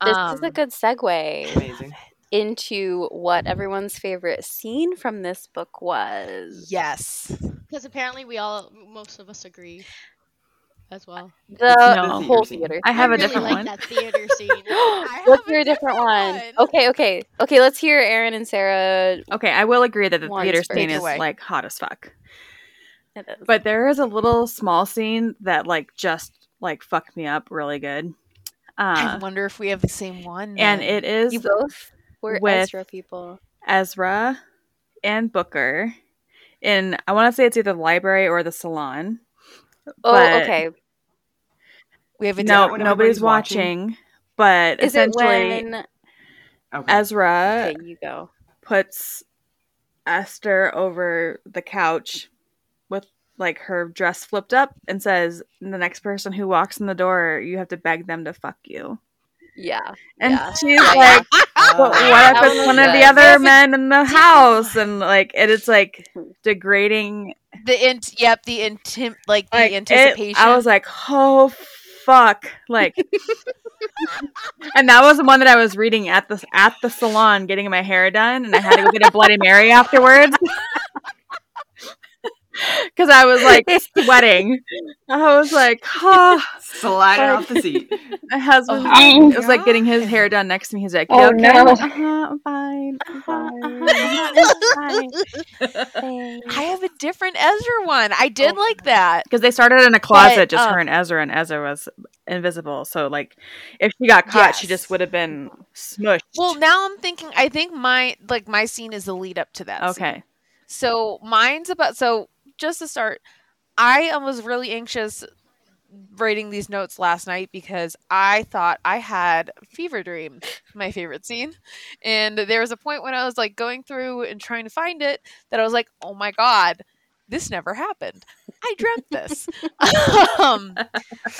Ah. this is a Um, good segue amazing. into what everyone's favorite scene from this book was. yes Because apparently we all, most of us agree as well. The The No. whole theater scene. theater. I have I a really different like one. that theater scene. [GASPS] have Let's a hear a different different one. one. Okay, okay. Okay, let's hear Aaron and Sarah. Okay, I will agree that the One's theater first. scene Take is away. like hot as fuck. It is. But there is a little small scene that like just like fucked me up really good. i Uh, wonder if we have the same one and then. it is you both were with- Ezra people. Ezra and Booker in I want to say it's either the library or the salon. Oh, but- okay. we have a No, when nobody's everybody's watching? watching. But Is it essentially, Uh, when? Okay. Ezra Okay, you go. puts Esther over the couch with like her dress flipped up and says, "The next person who walks in the door, you have to beg them to fuck you." Yeah. And Yeah. she's Yeah, yeah. like, Ah, [LAUGHS] "But what if That it's was one of the good. other men in the house?" And like, it is [LAUGHS] like degrading. different the int yep the intim like the Like, it- anticipation I was like, "Oh fuck!" Like. And that was the one that I was reading at the at the salon, getting my hair done, and I had to go get a Bloody Mary afterwards [LAUGHS] because I was like sweating. I was like, oh. [LAUGHS] Sliding off the [LAUGHS] seat. my husband Oh, it was like getting his hair done next to me. He's like, Oh, "You okay? no. I'm like, "Uh-huh, I'm fine, I'm fine, I'm fine." i have a different ezra one i did Oh. like that Because they started in a closet, But, just her um, and Ezra, and Ezra was invisible. So like, if she got caught, she Yes. just would have been smushed. Well, now I'm thinking. I think my like my scene is the lead up to that. scene. okay, So mine's about. So just to start, I um, was really anxious writing these notes last night because I thought I had fever dream, [LAUGHS] my favorite scene, and there was a point when I was like going through and trying to find it that I was like, oh my god, this never happened. I dreamt this. [LAUGHS] um,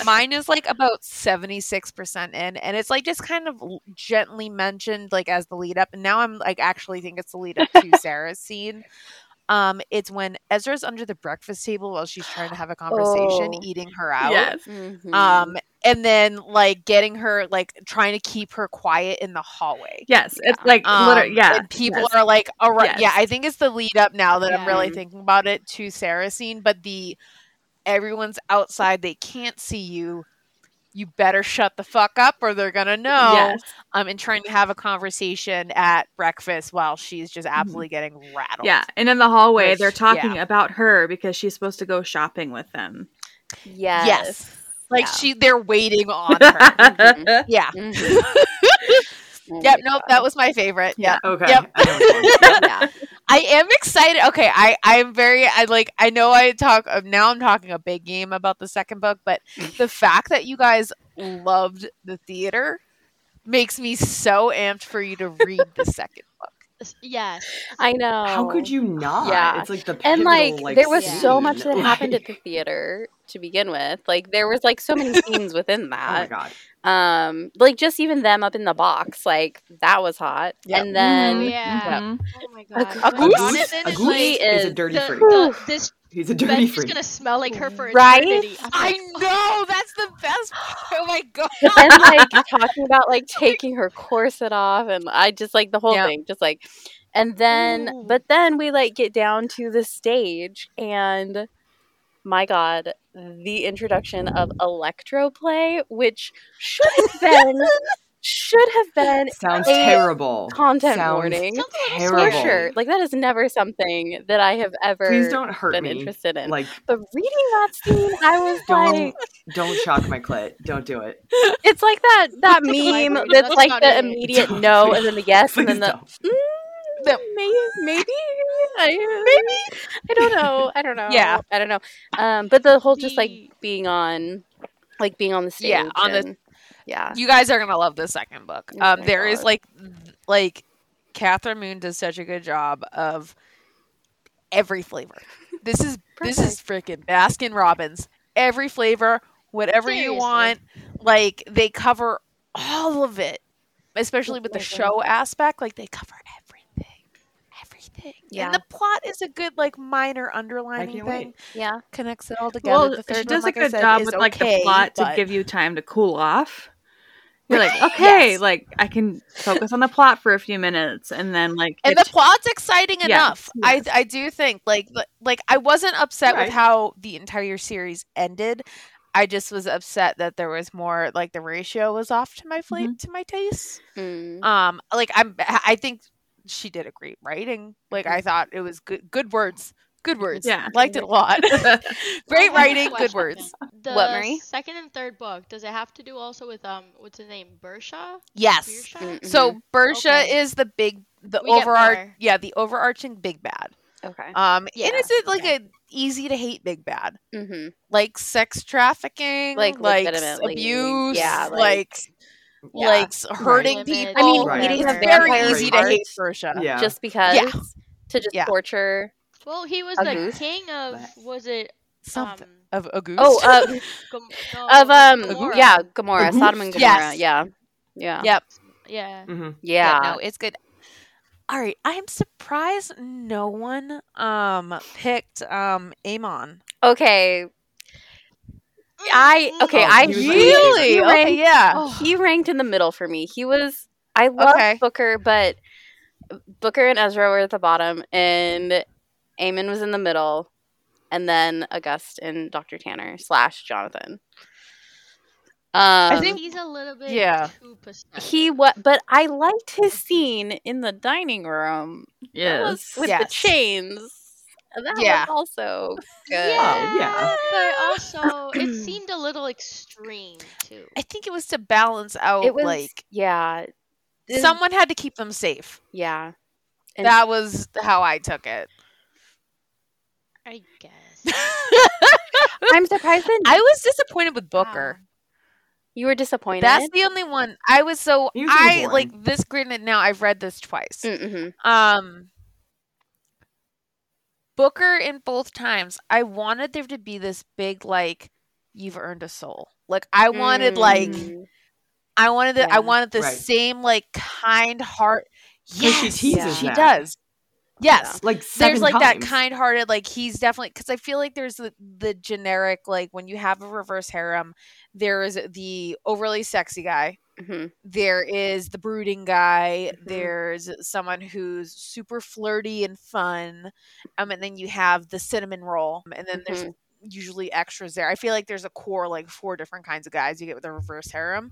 mine is like about 76% in and it's like just kind of l- gently mentioned like as the lead up and now i'm like actually think it's the lead up to sarah's scene um it's when ezra's under the breakfast table while she's trying to have a conversation Oh. eating her out yes, Mhm. uh, um and then like getting her like trying to keep her quiet in the hallway yes, it's Yeah. like um, literally, yeah. and people yes. are like, all right, yeah. Yes. I think it's the lead up now that I'm really Yeah. thinking about it to Sarah's scene, but the everyone's outside, they can't see you. You better shut the fuck up, or they're gonna know. yes. Um, and trying to have a conversation at breakfast while she's just absolutely getting rattled. Mm-hmm. Yeah, and in the hallway, Which- they're talking about her because she's supposed to go shopping with them. Yes. like Yeah. she, they're waiting [LAUGHS] on her. Mm-hmm. Mhm. yeah. Mhm. Oh Yep. my Nope. God. That was my favorite. Yeah. Okay. Yep. I know which one. [LAUGHS] yeah. I am excited. Okay, I I'm very I like I know I talk uh, now I'm talking a big game about the second book, [LAUGHS] but the fact that you guys loved the theater makes me so amped for you to read [LAUGHS] the second book. S- Yes. I know. How Oh. could you not? Yeah. It's like the pivotal, and like, like, there was so scene. much that Like- happened at the theater to begin with like there was like so many scenes within [LAUGHS] Oh my that god. um like just even them up in the box like that was hot Yep. and then Mhm. Yeah. Mhm. Oh my A god. goose- When a goose- Jonathan A is goose like, is a is the, dirty [LAUGHS] freak. the, this He's a dirty bench is freak. gonna smell like her for Right? eternity. I'm I like, know that's the best. part. Oh my god! [LAUGHS] and like talking about like taking her corset off and i just like the whole Yeah. thing just like and then Ooh. but then we like get down to the stage and my god, the introduction of electroplay, which should have been should have [LAUGHS] been Sounds a terrible. content Sounds warning. For Terrible. sure. Like that is never something that I have ever Please don't hurt been me. interested in. Like, but reading that scene, I was Don't- like don't shock my clit. Don't do it. it's like that that Like, meme that's that's like not the it. immediate Don't no do and then the yes and Please then the don't. mm, may- maybe I, maybe I don't know I don't know Yeah. I don't know um but the whole just The- like being on like being on the stage Yeah, on the- and- yeah You guys are gonna love the second book. Oh Um, my there is God. like like Catherine Moon does such a good job of every flavor. This is this is freaking Baskin Robbins. Every flavor, whatever Seriously. you want. Like they cover all of it, especially Oh with the my God. show aspect. Like they cover everything, everything. Yeah. And the plot is a good like minor underlining can't thing. wait. yeah Connects it all together. Well, the third she does one, like a I good said, job is with like okay, the plot to but- give you time to cool off. You're like, okay, Yes. like I can focus on the plot for a few minutes, and then like and it- the plot's exciting Yes, enough. I I do think like li- like I wasn't upset Right. with how the entire series ended. I just was upset that there was more like the ratio was off to my Mm-hmm. flavor to my taste. Hmm. Um, like I'm I think she did a great writing. Like I thought it was good good words, good words. Yeah. liked it a lot. [LAUGHS] great [LAUGHS] I have a writing, good question words. then. The What, Marie? Second and third book. Does it have to do also with um what's his name? Bersha? Yes. Bersha? Mm, So Bersha Mm-hmm. Okay. is the big the We get overarch more. yeah the overarching big bad. okay Um, Yeah, and it's a, like okay. a easy to hate big bad. hmm like sex trafficking, Like, like, like s- legitimately, abuse, yeah, like- like yeah. like s- hurting Limit, people. I mean, Right. it's eating a very vampire's easy to hate Frisia. Yeah. just because Yeah. to just Yeah. torture Well, he was A the goose? king of Bleh. was it Something um of a goose. oh uh, Gom- no, of um Gamora. yeah Gamora Agust? Sodom and Gomorrah Yes. yeah yeah yep. yeah. hmm Yeah. yeah No, it's good. All right, I'm surprised no one um picked um Amon. okay [LAUGHS] I okay. Oh, I he was he, my favorite. he really okay. ranked, Oh, Oh. Yeah. he ranked in the middle for me. He was I love Okay. Booker, but Booker and Ezra were at the bottom, and Eamon was in the middle, and then August and Doctor Tanner slash Jonathan. Um, Um, I think- he's a little bit Yeah. too pathetic. he what, but I liked his scene in the dining room That was- yes, with the Yes. chains. That Yeah. was also good. Oh, Yeah, yeah. But also, it [CLEARS THROAT] seemed a little extreme too. I think it was to balance out It was like yeah, this- someone had to keep them safe. yeah. And- that was how I took it. I guess. I'm surprised that I was disappointed with Booker. you were disappointed. That's the only one I was so He was really I boring. like this. Granted, now I've read this twice. Mm-hmm. Um, Booker in both times, I wanted there to be this big like, you've earned a soul. Like I wanted like I wanted the, Yeah. I wanted the Mm. Right. same like kind heart. she Yes, teases she that. does. Yes, Like seven there's like that times. kind-hearted like he's definitely because i feel like there's the, the generic like when you have a reverse harem there is the overly sexy guy Mhm. there is the brooding guy Mhm. there's someone who's super flirty and fun um and then you have the cinnamon roll and then there's usually extras there i feel like there's a core like four different kinds of guys you get with a reverse harem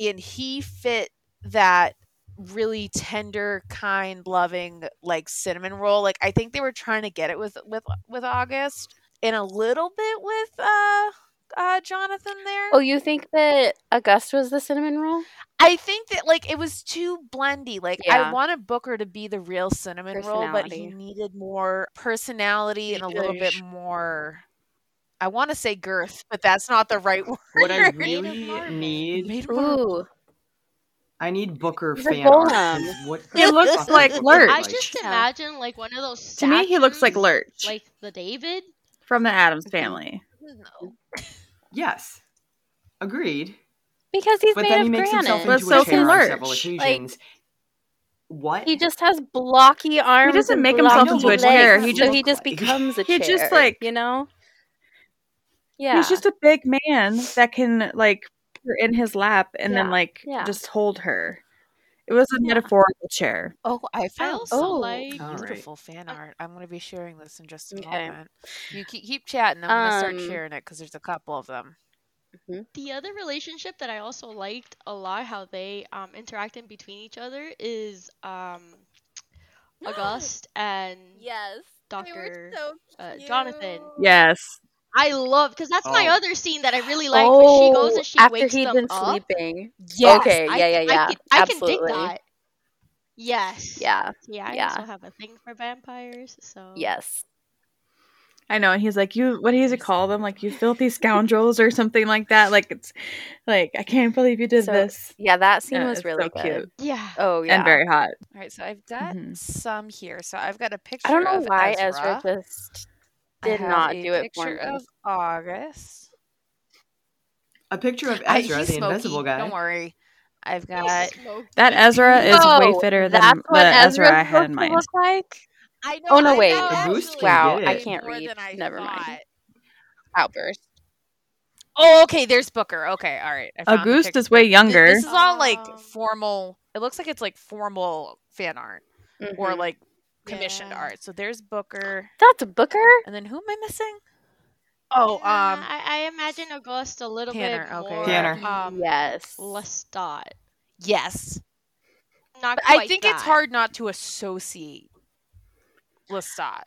and he fit that really tender kind loving like cinnamon roll like i think they were trying to get it with with with august and a little bit with uh uh jonathan there Oh, you think that August was the cinnamon roll? i think that like it was too blendy like Yeah. i wanted booker to be the real cinnamon roll but he Personality. needed more personality and a little bit Yes. more i want to say girth but that's not the right [LAUGHS] word What [LAUGHS] I Made of really marble. need, Made of marble. Ooh, I need Booker He's a fan art. golem. 'cause What He the looks fuck like does Booker Lurch. look I Like- just Yeah. imagine like one of those. to me he looks like statues, Lurch, like the David. from the Adams family. Mm-hmm. No. Yes, agreed. because he's but made then of he makes granite. himself But into so a chair can on Lurch. several Like- occasions. what? he just has blocky arms. doesn't and make himself blocky into a legs, chair, he so just- he just Like- becomes a chair. He just, like- you know. Yeah, He's just a big man that can like put her in his lap and then Yeah. like Yeah. just hold her. It was a metaphorical chair. Oh, I I found also so like. All right. beautiful fan art. I'm going to be sharing this in just a Okay. moment. You keep, keep chatting. I'm going to Um, start sharing it because there's a couple of them. The other relationship that I also liked a lot, how they um, interacted between each other, is um, August and Yes. They were Doctor so uh, cute. Jonathan. Yes. I love because that's my Oh. other scene that I really like. where she goes and she Oh, after wakes he'd them been up. sleeping. Yes, okay, I yeah, can- yeah, yeah, I can, I can absolutely. dig that. Yes. Yeah. Yeah. I yeah. also have a thing for vampires, so Yes. I know, and he's like, "You, what does he call them? Like, you [LAUGHS] filthy scoundrels, or something like that." Like, it's like, I can't believe you did So, this. Yeah, that scene Yeah, was it's really so good. cute Yeah. Oh yeah. and very hot. All right, so I've got Mhm. some here. So I've got a picture Mm-hmm. I don't know of why Ezra. Ezra just I did have not a do it for picture me. of August. A picture of I- Ezra, he's the smoky, invisible guy. Don't worry. I've got That Ezra is way No, fitter that's than the what Oh, Ezra I Ezra's had in supposed to mind. Look like I know. Oh, no, I wait. know The boost actually was Wow, good. I can't more read. than I Never thought. mind. Outburst. Oh, okay, there's Booker. Okay, all right. I found the Auguste is picture. way Th- younger. This is all like Um, formal. It looks like it's like formal fan art or Mhm. like commissioned Yeah. art. So there's Booker. That's Booker. And then who am I missing? Oh, Yeah, um, I, I imagine August a little bit Tanner, okay, more Tanner. um yes. less dot. Yes. Not But quite I think it's that. hard not to associate Lestat.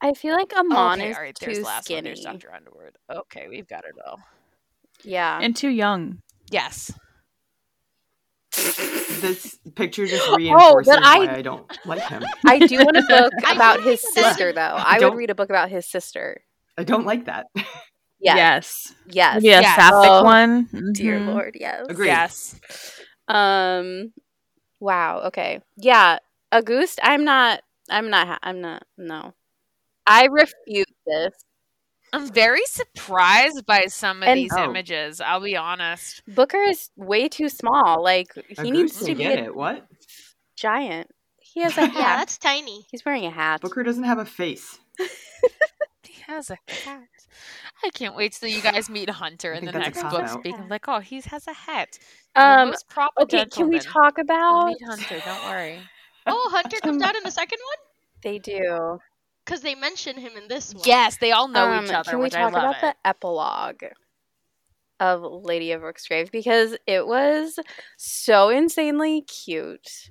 I feel like Oh, Amon okay, is all right. There's too last one. skinny. There's Dr. Underwood. Okay, we've got it all. Yeah. [LAUGHS] and too young. Yes. This picture just Oh, but reinforces why I- I don't like him. I do want a book I about feel his like that- [LAUGHS] sister, though. I would Don't- read a book about his sister. I don't like that. Yes. Yes. Yes. Maybe a Yes. sapphic Oh, one. Dear Mhm. Lord, yes. Agreed. Yes. Um. Wow. Okay. Yeah. Auguste, I'm not. I'm not. ha- I'm not. No. I refute this. I'm very surprised by some of And- these Oh. images. I'll be honest. Booker is way too small. Like he Agreed needs to to be get a it. What? giant. He has a Yeah, hat. that's tiny. [LAUGHS] He's wearing a hat. Booker doesn't have a face. He has a hat. I can't wait till you guys meet Hunter I in the think that's a next book. cop-out. Speaking like, oh, he has a hat. You're the Um. most proper Okay. Can we gentleman. talk You'll about? meet Hunter? Don't worry. Oh, Hunter comes Um, out in the second one They do. because they mention him in this one. Yes, they all know each Um, other, Can we which I talk love about it. the epilogue of Lady of Rook's Grave because it was so insanely cute.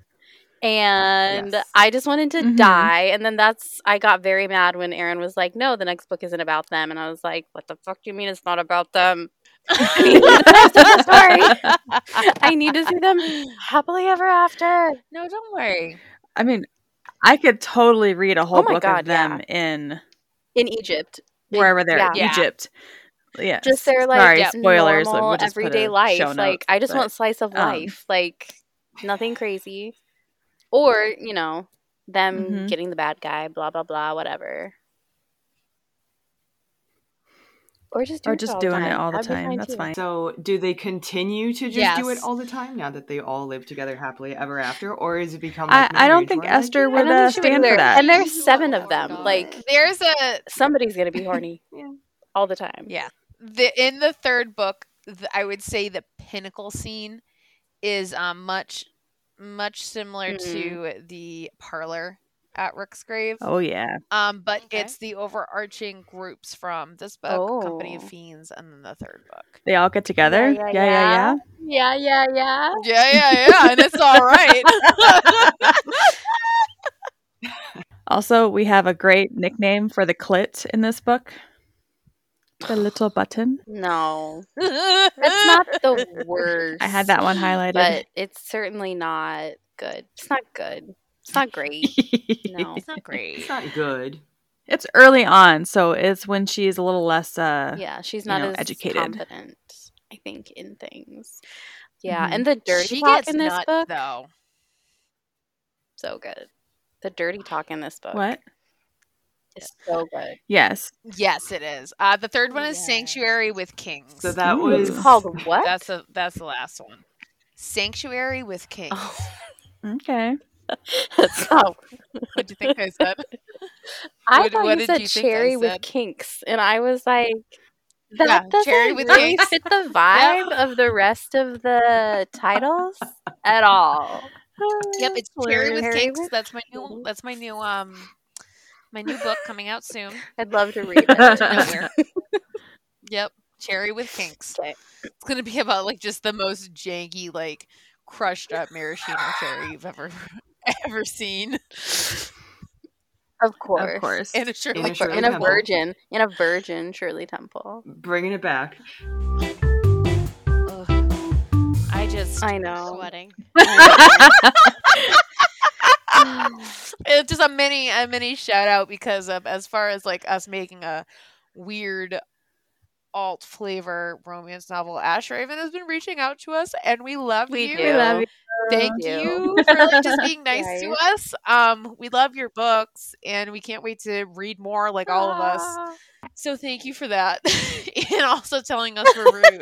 And Yes. I just wanted to Mm-hmm. Mhm. die. And then that's, I got very mad when Aaron was like, no, the next book isn't about them. And I was like, what the fuck do you mean it's not about [LAUGHS] them? [LAUGHS] I need [LAUGHS] [LAUGHS] the rest of the story. I need to see them happily ever after. No, don't worry. I mean, I could totally read a whole Oh my book God, of them in In Egypt. wherever they're yeah. Yeah. Egypt. Yeah. Just their like Sorry, yeah, spoilers. normal we'll just put everyday a life. show note, like I just but- want slice of um, life. Like nothing crazy. Or, you know, them Mhm. getting the bad guy, blah blah blah, whatever. Or just do or it just all doing the it time. all the That'd be time. fine, That's too. fine. So, do they continue to just do it Yes. all the time now that they all live together happily ever after, or is it become? I- Like I don't marriage think where I'm like, Esther yeah, would, I don't uh, think she would stand for either. that. And there's You seven are of them. not. Like There's a somebody's gonna [LAUGHS] be horny all the time. yeah. The in the third book, th I would say the pinnacle scene is um much much similar to the parlor at Rook's grave. Oh yeah. Um, but Okay. it's the overarching groups from this book, Company of Oh. Fiends, and then the third book. They all get together. Yeah, yeah, yeah. Yeah, yeah, yeah. Yeah, yeah, [LAUGHS] yeah, and it's all right. Also, we have a great nickname for the clit in this book. The little button. No. it's [LAUGHS] That's not the worst. I had that one highlighted. But it's certainly not good. It's not good. It's [LAUGHS] not great. No. [LAUGHS] It's not great. It's not good. It's early on, so it's when she's a little less uh yeah, she's you not know, as educated. confident, I think, in things. Yeah, Mhm. and the dirty She talk gets in this nuts, [LAUGHS] book though. so good. The dirty talk in this book what? is so good. Yes. Yes, it is. Uh, the third Oh, one is yeah. Sanctuary with Kings. So that Ooh. was It's called what? that's [LAUGHS] [LAUGHS] the that's the last one. Sanctuary with Kings. Oh, Okay. that's not- [LAUGHS] What'd you think I [LAUGHS] said? I What- Oh, thought what did you said you think I cherry with said? kinks, and I was like, That Yeah, doesn't charity with really thanks. fit [LAUGHS] the vibe of the rest of the titles at all. Yep, it's Cherry with Cherry Cakes. with That's my new Cakes. that's my new um my new book coming out soon. I'd love to read [LAUGHS] it. Nowhere. yep. Cherry with [LAUGHS] kinks. Okay. It's gonna be about like just the most janky, like crushed up maraschino cherry you've ever [LAUGHS] ever seen. of course. Of [LAUGHS] course. [LAUGHS] And it's surely Shirley In a Temple. virgin. In a virgin Shirley Temple. Bringing it back. I just I know. Sweating. it's just a mini a mini shout out because of as far as like us making a weird alt flavor romance novel, Ash Raven has been reaching out to us and we love We you. do. love you. Thank [LAUGHS] Thank you for like, [LAUGHS] just being nice to Right. us. Um, we love your books and we can't wait to read more like all of Ah. us. So thank you for that. [LAUGHS] and also telling us we're rude.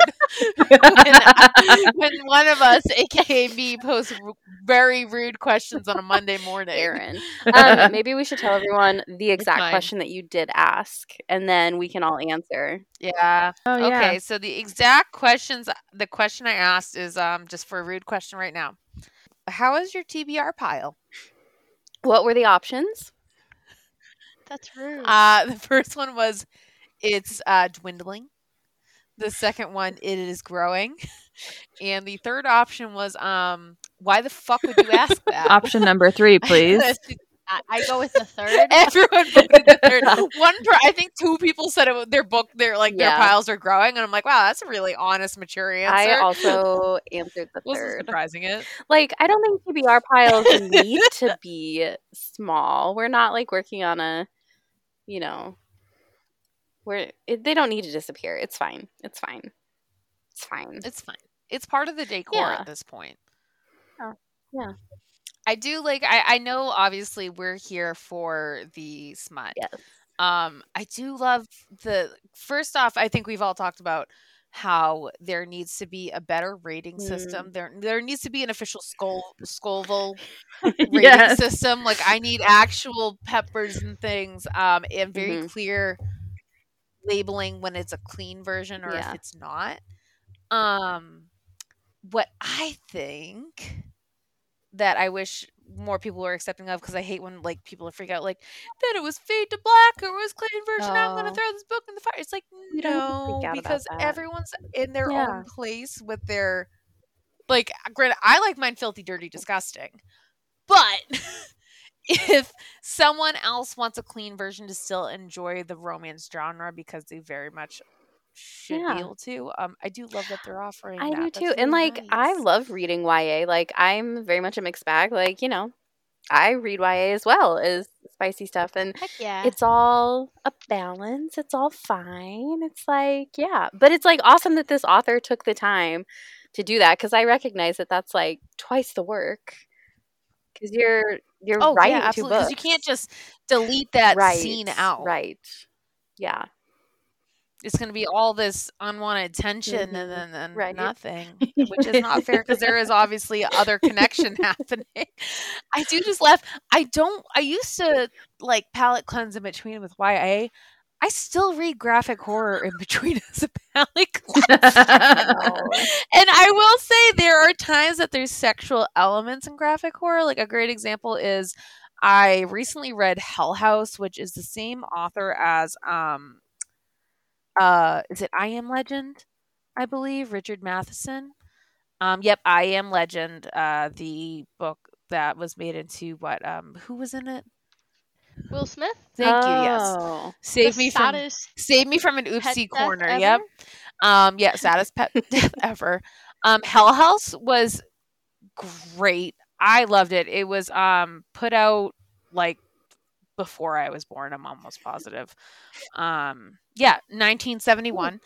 when, [LAUGHS] when one of us, aka me, posts r- very rude questions on a Monday morning. Aaron. [LAUGHS] [LAUGHS] Um, maybe we should tell everyone the fine. exact question that you did ask, and then we can all answer. Yeah. oh, yeah. Okay. So the exact questions, the question I asked is um just for a rude question right now. How is your TBR pile? What were the options? That's rude. Uh, the first one was it's uh, dwindling. The second one, it is growing. And the third option was, um, why the fuck would you ask that? [LAUGHS] Option [LAUGHS] number [LAUGHS] three, please. I, I go with the third. Everyone voted the [LAUGHS] third. [LAUGHS] One, per- I think two people said it, their book, their like their Yeah. piles are growing, and I'm like, wow, that's a really honest, mature answer. I also answered the Wasn't third. surprising it. Like, I don't think TBR piles need to be small. We're not like working on a, you know, where it, they don't need to disappear. It's fine. It's fine. It's fine. It's fine. It's part of the decor Yeah. at this point. Oh, Yeah. Yeah. I do like I, I know obviously we're here for the smut. Yes. Um I do love the first off, I think we've all talked about how there needs to be a better rating system. There there needs to be an official Scol- Scoville [LAUGHS] rating [LAUGHS] Yes. system. Like I need actual peppers and things, um, and very Mhm. clear labeling when it's a clean version or Yeah. if it's not. Um, what I think that I wish more people were accepting of because I hate when like people freak out like that it was fade to black or it was clean version. I'm gonna No. throw this book in the fire. It's like You Oh. don't have to no, freak out about because that. everyone's in their Yeah. own place with their like. Granted, I like mine filthy, dirty, disgusting, but [LAUGHS] if someone else wants a clean version to still enjoy the romance genre because they very much should Yeah. be able to. Um, I do love that they're offering. I that. do That's too. and really like I nice. love reading YA. Like I'm very much a mixed bag. Like, you know, I read YA as well as spicy stuff and Heck yeah. it's all a balance. It's all fine. It's like, yeah. But it's like awesome that this author took the time to do that cuz I recognize that that's like twice the work cuz you're you're Oh writing yeah, two absolutely. books. Because you can't just delete that right, scene out. Right. Yeah. It's going to be all this unwanted tension and Mhm. then, then Right. nothing, which is not fair because there is obviously other connection [LAUGHS] happening. I do just laugh. I don't. I used to like palate cleanse in between with YA. I still read graphic horror in between [LAUGHS] as a palate cleanse. and I will say there are times that there's sexual elements in graphic horror. Like a great example is I recently read Hell House, which is the same author as um uh is it I Am Legend, I believe, Richard Matheson. Um yep, I Am Legend, uh the book that was made into what um who was in it? Will Smith. Thank you, yes. Oh. Save the me from saddest Save me from an pet oopsie death corner. ever? Yep. Um, yeah, saddest [LAUGHS] pet death ever. Um, Hell House was great. I loved it. It was um put out like before I was born. I'm almost positive. Um, yeah, 1971.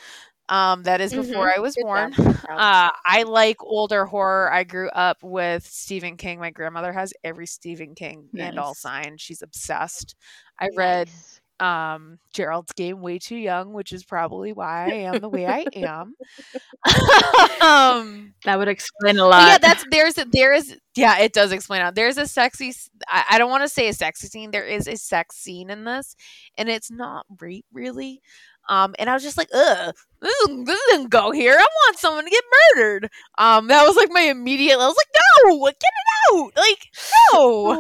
Um, that is Mm-hmm. before I was Good born. job. Good job. Uh, I like older horror. I grew up with Stephen King. My grandmother has every Stephen King and all Nice. signed. She's obsessed. I read Nice. um Gerald's game way too young, which is probably why I am the way I am. [LAUGHS] um That would explain a but lot. [LAUGHS] yeah, that's there's a, there is yeah, it does explain out. There's a sexy s- I, I don't want to say a sexy scene. There is a sex scene in this, and it's not rape really. Um, and I was just like, ugh, this, isn't- this didn't go here. I want someone to get murdered. Um, that was like my immediate. I was like, no, get it out. Like, no. Oh.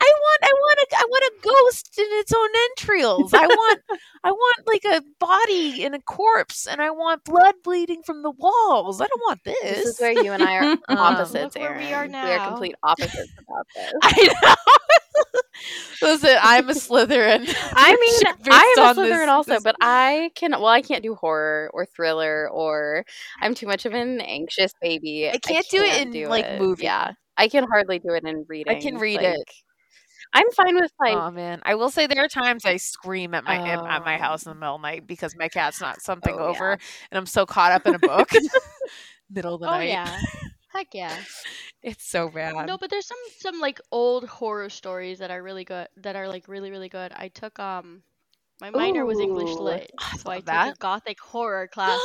I want I want a I want a ghost in its own entrails. I [LAUGHS] want I want like a body and a corpse and I want blood bleeding from the walls. I don't want this. This is where you and I are opposites, Look where we Erin. are We are now. complete opposites about this. [LAUGHS] I know. [LAUGHS] Listen, I'm a [LAUGHS] Slytherin. [LAUGHS] I mean, Based I am a on Slytherin this- also, this- but I can. Well, I can't do horror or thriller, or I'm too much of an anxious baby. I can't do it in, like, movie. Yeah, I can hardly do it in reading. read like, it. I'm fine with like. Oh man, I will say there are times I scream at my at- at my house in the Um, middle of the night because my cat's not something oh, yeah. over and I'm so caught up in a [LAUGHS] book. [LAUGHS] middle of the Oh night. [LAUGHS] yeah. Heck yeah. It's so bad. No, but there's some some like old horror stories that are really good that are like really really good. I took um my minor was English Ooh, lit, I so I love took that. a gothic horror class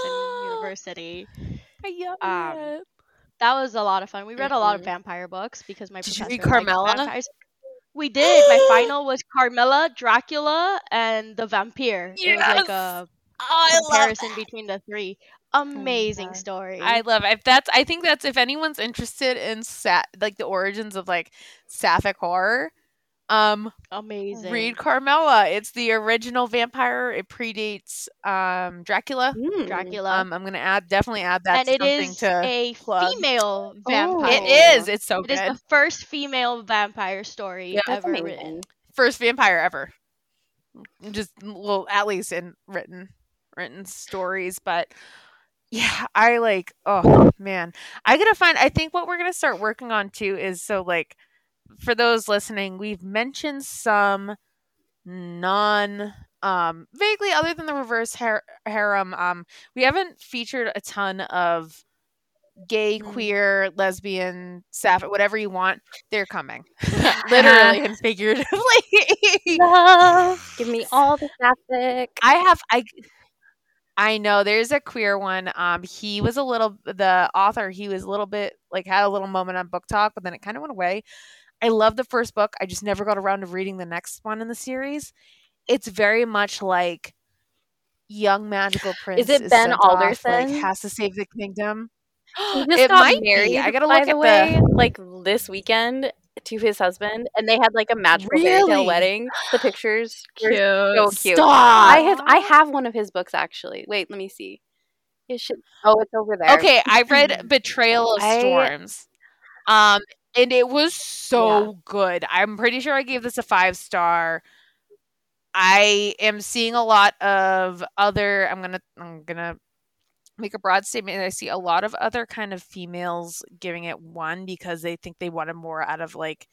[GASPS] in university. I Uh, love um, it. That was a lot of fun. We read a lot of Mhm. vampire books because my Mm-hmm. Did you professor read liked Carmilla? vampires. We did. My final was Carmilla, Dracula, and the Vampire. It was Yes! like a Oh, I love Oh comparison between the three. Amazing God. story. I love it. If that's I think that's if anyone's interested in sa- like the origins of like sapphic horror, um Amazing. read Carmela. It's the original vampire. It predates um Dracula. mm. Dracula. Um I'm going to add definitely add that and to it something is to a plug. female Oh. vampire. It is. It's so It good. is the first female vampire story Yeah, that's ever amazing. written. First vampire ever. Just well at least in written written stories, but yeah, I like oh man. I gotta find I think what we're gonna start working on too is so like for those listening, we've mentioned some non um vaguely other than the reverse har- harem um we haven't featured a ton of gay Mm. queer lesbian sapphic whatever you want they're coming [LAUGHS] literally and figuratively [LAUGHS] Love, give me all the sapphic. I have I I know there's a queer one. Um he was a little the author, he was a little bit like had a little moment on book talk, but then it kind of went away. I love the first book. I just never got around to reading the next one in the series. It's very much like Young Magical Prince it Ben sent off, like, Alderson? has to save the kingdom. [GASPS] [GASPS] He just it got might be. married. I gotta by look the at the- way, like this weekend to his husband, and they had like a magical fairy Really? tale wedding. The pictures were so cute. Stop. I have I have one of his books actually. Wait, let me see. It should. Oh, it's over there. Okay, I [LAUGHS] read Betrayal of I- Storms. Um and it was so good. I'm pretty sure I gave this a 5 star. I am seeing a lot of other I'm going to I'm going to make a broad statement and I see a lot of other kind of females giving it 1 because they think they wanted more out of like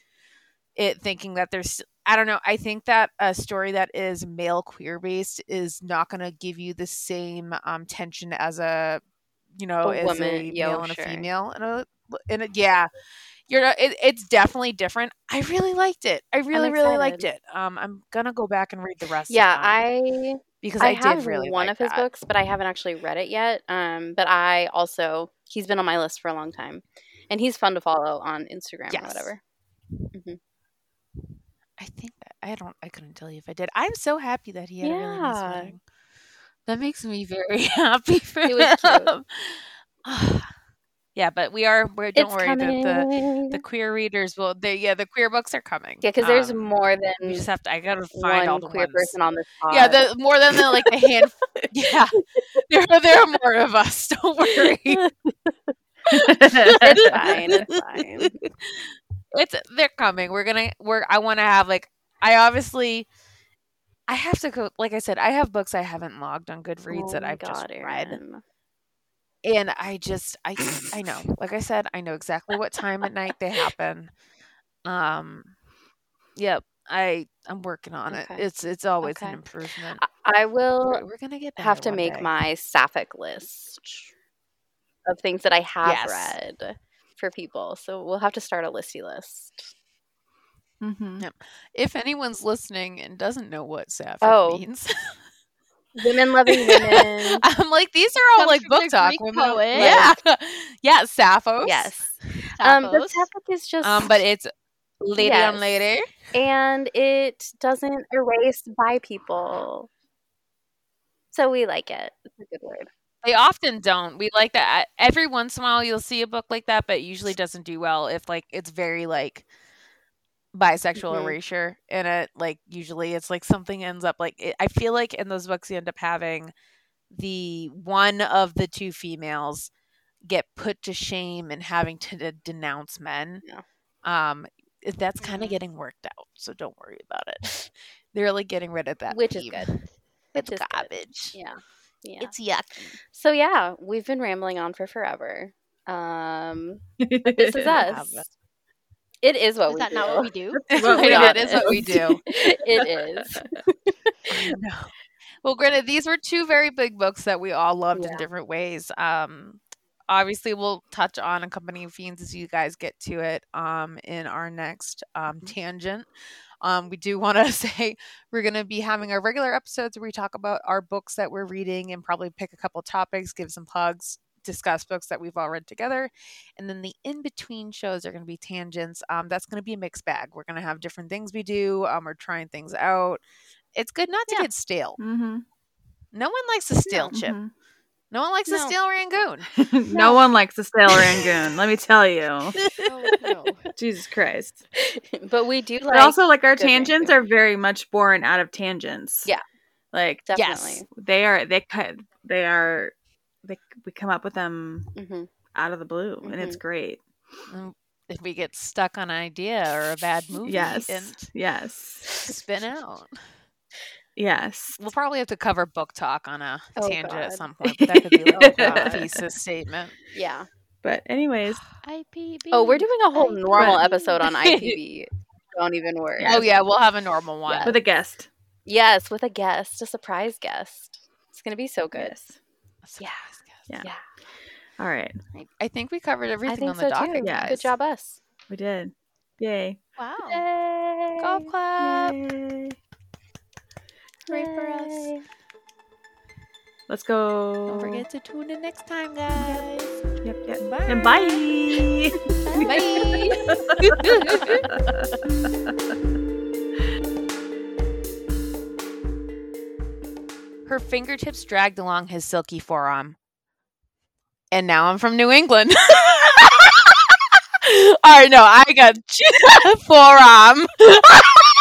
it thinking that there's I don't know. I think that a story that is male queer based is not going to give you the same um, tension as a you know A as a woman, yo, male and sure. a female and a and a, yeah. You're not, it, it's definitely different. I really liked it. I really really liked it. Um, I'm gonna go back and read the rest. Yeah, of them I because I, I, have did really one like of his that. books, but I haven't actually read it yet. Um, but I also he's been on my list for a long time, and he's fun to follow on Instagram Yes. or whatever. I think that I don't. I couldn't tell you if I did. I'm so happy that he had a really nice Yeah. wedding. That makes me [LAUGHS] very happy for It was cute. him. [SIGHS] yeah, but we are. We're, don't it's worry. coming. The, the the queer readers will. They, yeah, the queer books are coming. yeah, because there's Um, more than We just have to. I gotta one find all the queer ones. person on this pod. yeah, the more than the like the [LAUGHS] hand. [LAUGHS] yeah, there there are more of us. [LAUGHS] Don't worry. it's fine. It's fine. it's they're coming. We're gonna we're I wanna have like I obviously I have to go like I said, I have books I haven't logged on Goodreads Oh that my I've just God, read. Erin. And I just [COUGHS] I I know. Like I said, I know exactly what time at night they happen. Um Yep. I I'm working on it. Okay. It's it's always an Okay. improvement. I- I will We're, we're gonna get better have to one make day. my sapphic list of things that I have Yes. read for people. So we'll have to start a listy list. Mm-hmm. if anyone's listening and doesn't know what sapphic Oh. means. Women [LAUGHS] loving [LAUGHS] women. I'm like, these are all Comes like from book the talk. Greek women are- poet. [LAUGHS] Yeah. yeah, Sappho. yes. Um, Tappos. but sapphic is just Um, but it's Lady on Yes. lady. and it doesn't erase by people. So we like it. It's a good word. They often don't. We like that. e, Every once in a while, you'll see a book like that, but it usually doesn't do well if like it's very like bisexual Mhm. erasure in it. Like usually, it's like something ends up like it, I feel like in those books you end up having the one of the two females get put to shame and having to de- denounce men. Yeah. Mm-hmm. Um, it- that's kind of Mhm. getting worked out, so don't worry about it. [LAUGHS] They're like getting rid of that, Which is theme. good. Which It's is good. garbage. Yeah. Yeah. It's yuck. so yeah, we've been rambling on for forever. Um this [LAUGHS] is us. It is what Is we that do. not what we do? [LAUGHS] What we Yeah, got it is what we [LAUGHS] do. it is. Well, granted, these were two very big books that we all loved Yeah. in different ways. Um, obviously, we'll touch on a company of fiends as you guys get to it um, in our next um, tangent. Um, we do want to [LAUGHS] say we're going to be having our regular episodes where we talk about our books that we're reading and probably pick a couple topics, give some plugs, discuss books that we've all read together. And then the in between shows are going to be tangents. Um, that's going to be a mixed bag. We're going to have different things we do, um, we're trying things out. It's good not to Yeah. get stale. Mm-hmm. No one likes a stale chip. No one likes No. a stale Rangoon. mm-hmm. [LAUGHS] no one likes the stale Rangoon. Let me tell [LAUGHS] you, Oh, no. [LAUGHS] Jesus Christ. but we do like but also, like our good tangents Rangoon. are very much born out of tangents. Yeah. like definitely. they are. They cut. They are. They we come up with them hmm out of the blue, and it's Mm-hmm. great. If we get stuck on an idea or a bad movie Yes. and Yes. spin out, Yes. we'll probably have to cover book talk on a Oh, tangent God. at some point. But that could be like a God. thesis statement. Yeah. But anyways, IPB. Oh, we're doing a whole IPB. normal episode on IPB. Don't even worry. Oh yeah, we'll have a normal one. with a guest. Yes, with a guest, a surprise guest. It's gonna be so good. Yes. yeah. Yeah. Yeah. All right. I think we covered I everything think on the so docket. too. guys. Good job, us. We did. Yay. Wow. Go Golf clap. Yay. Great for us. Let's go. Don't forget to tune in next time, guys. Yep, yep. Bye. And bye. [LAUGHS] [LAUGHS] Bye. Her fingertips dragged along his silky forearm. And now I'm from New England. [LAUGHS] All right, no, I got [LAUGHS] forearm. [LAUGHS]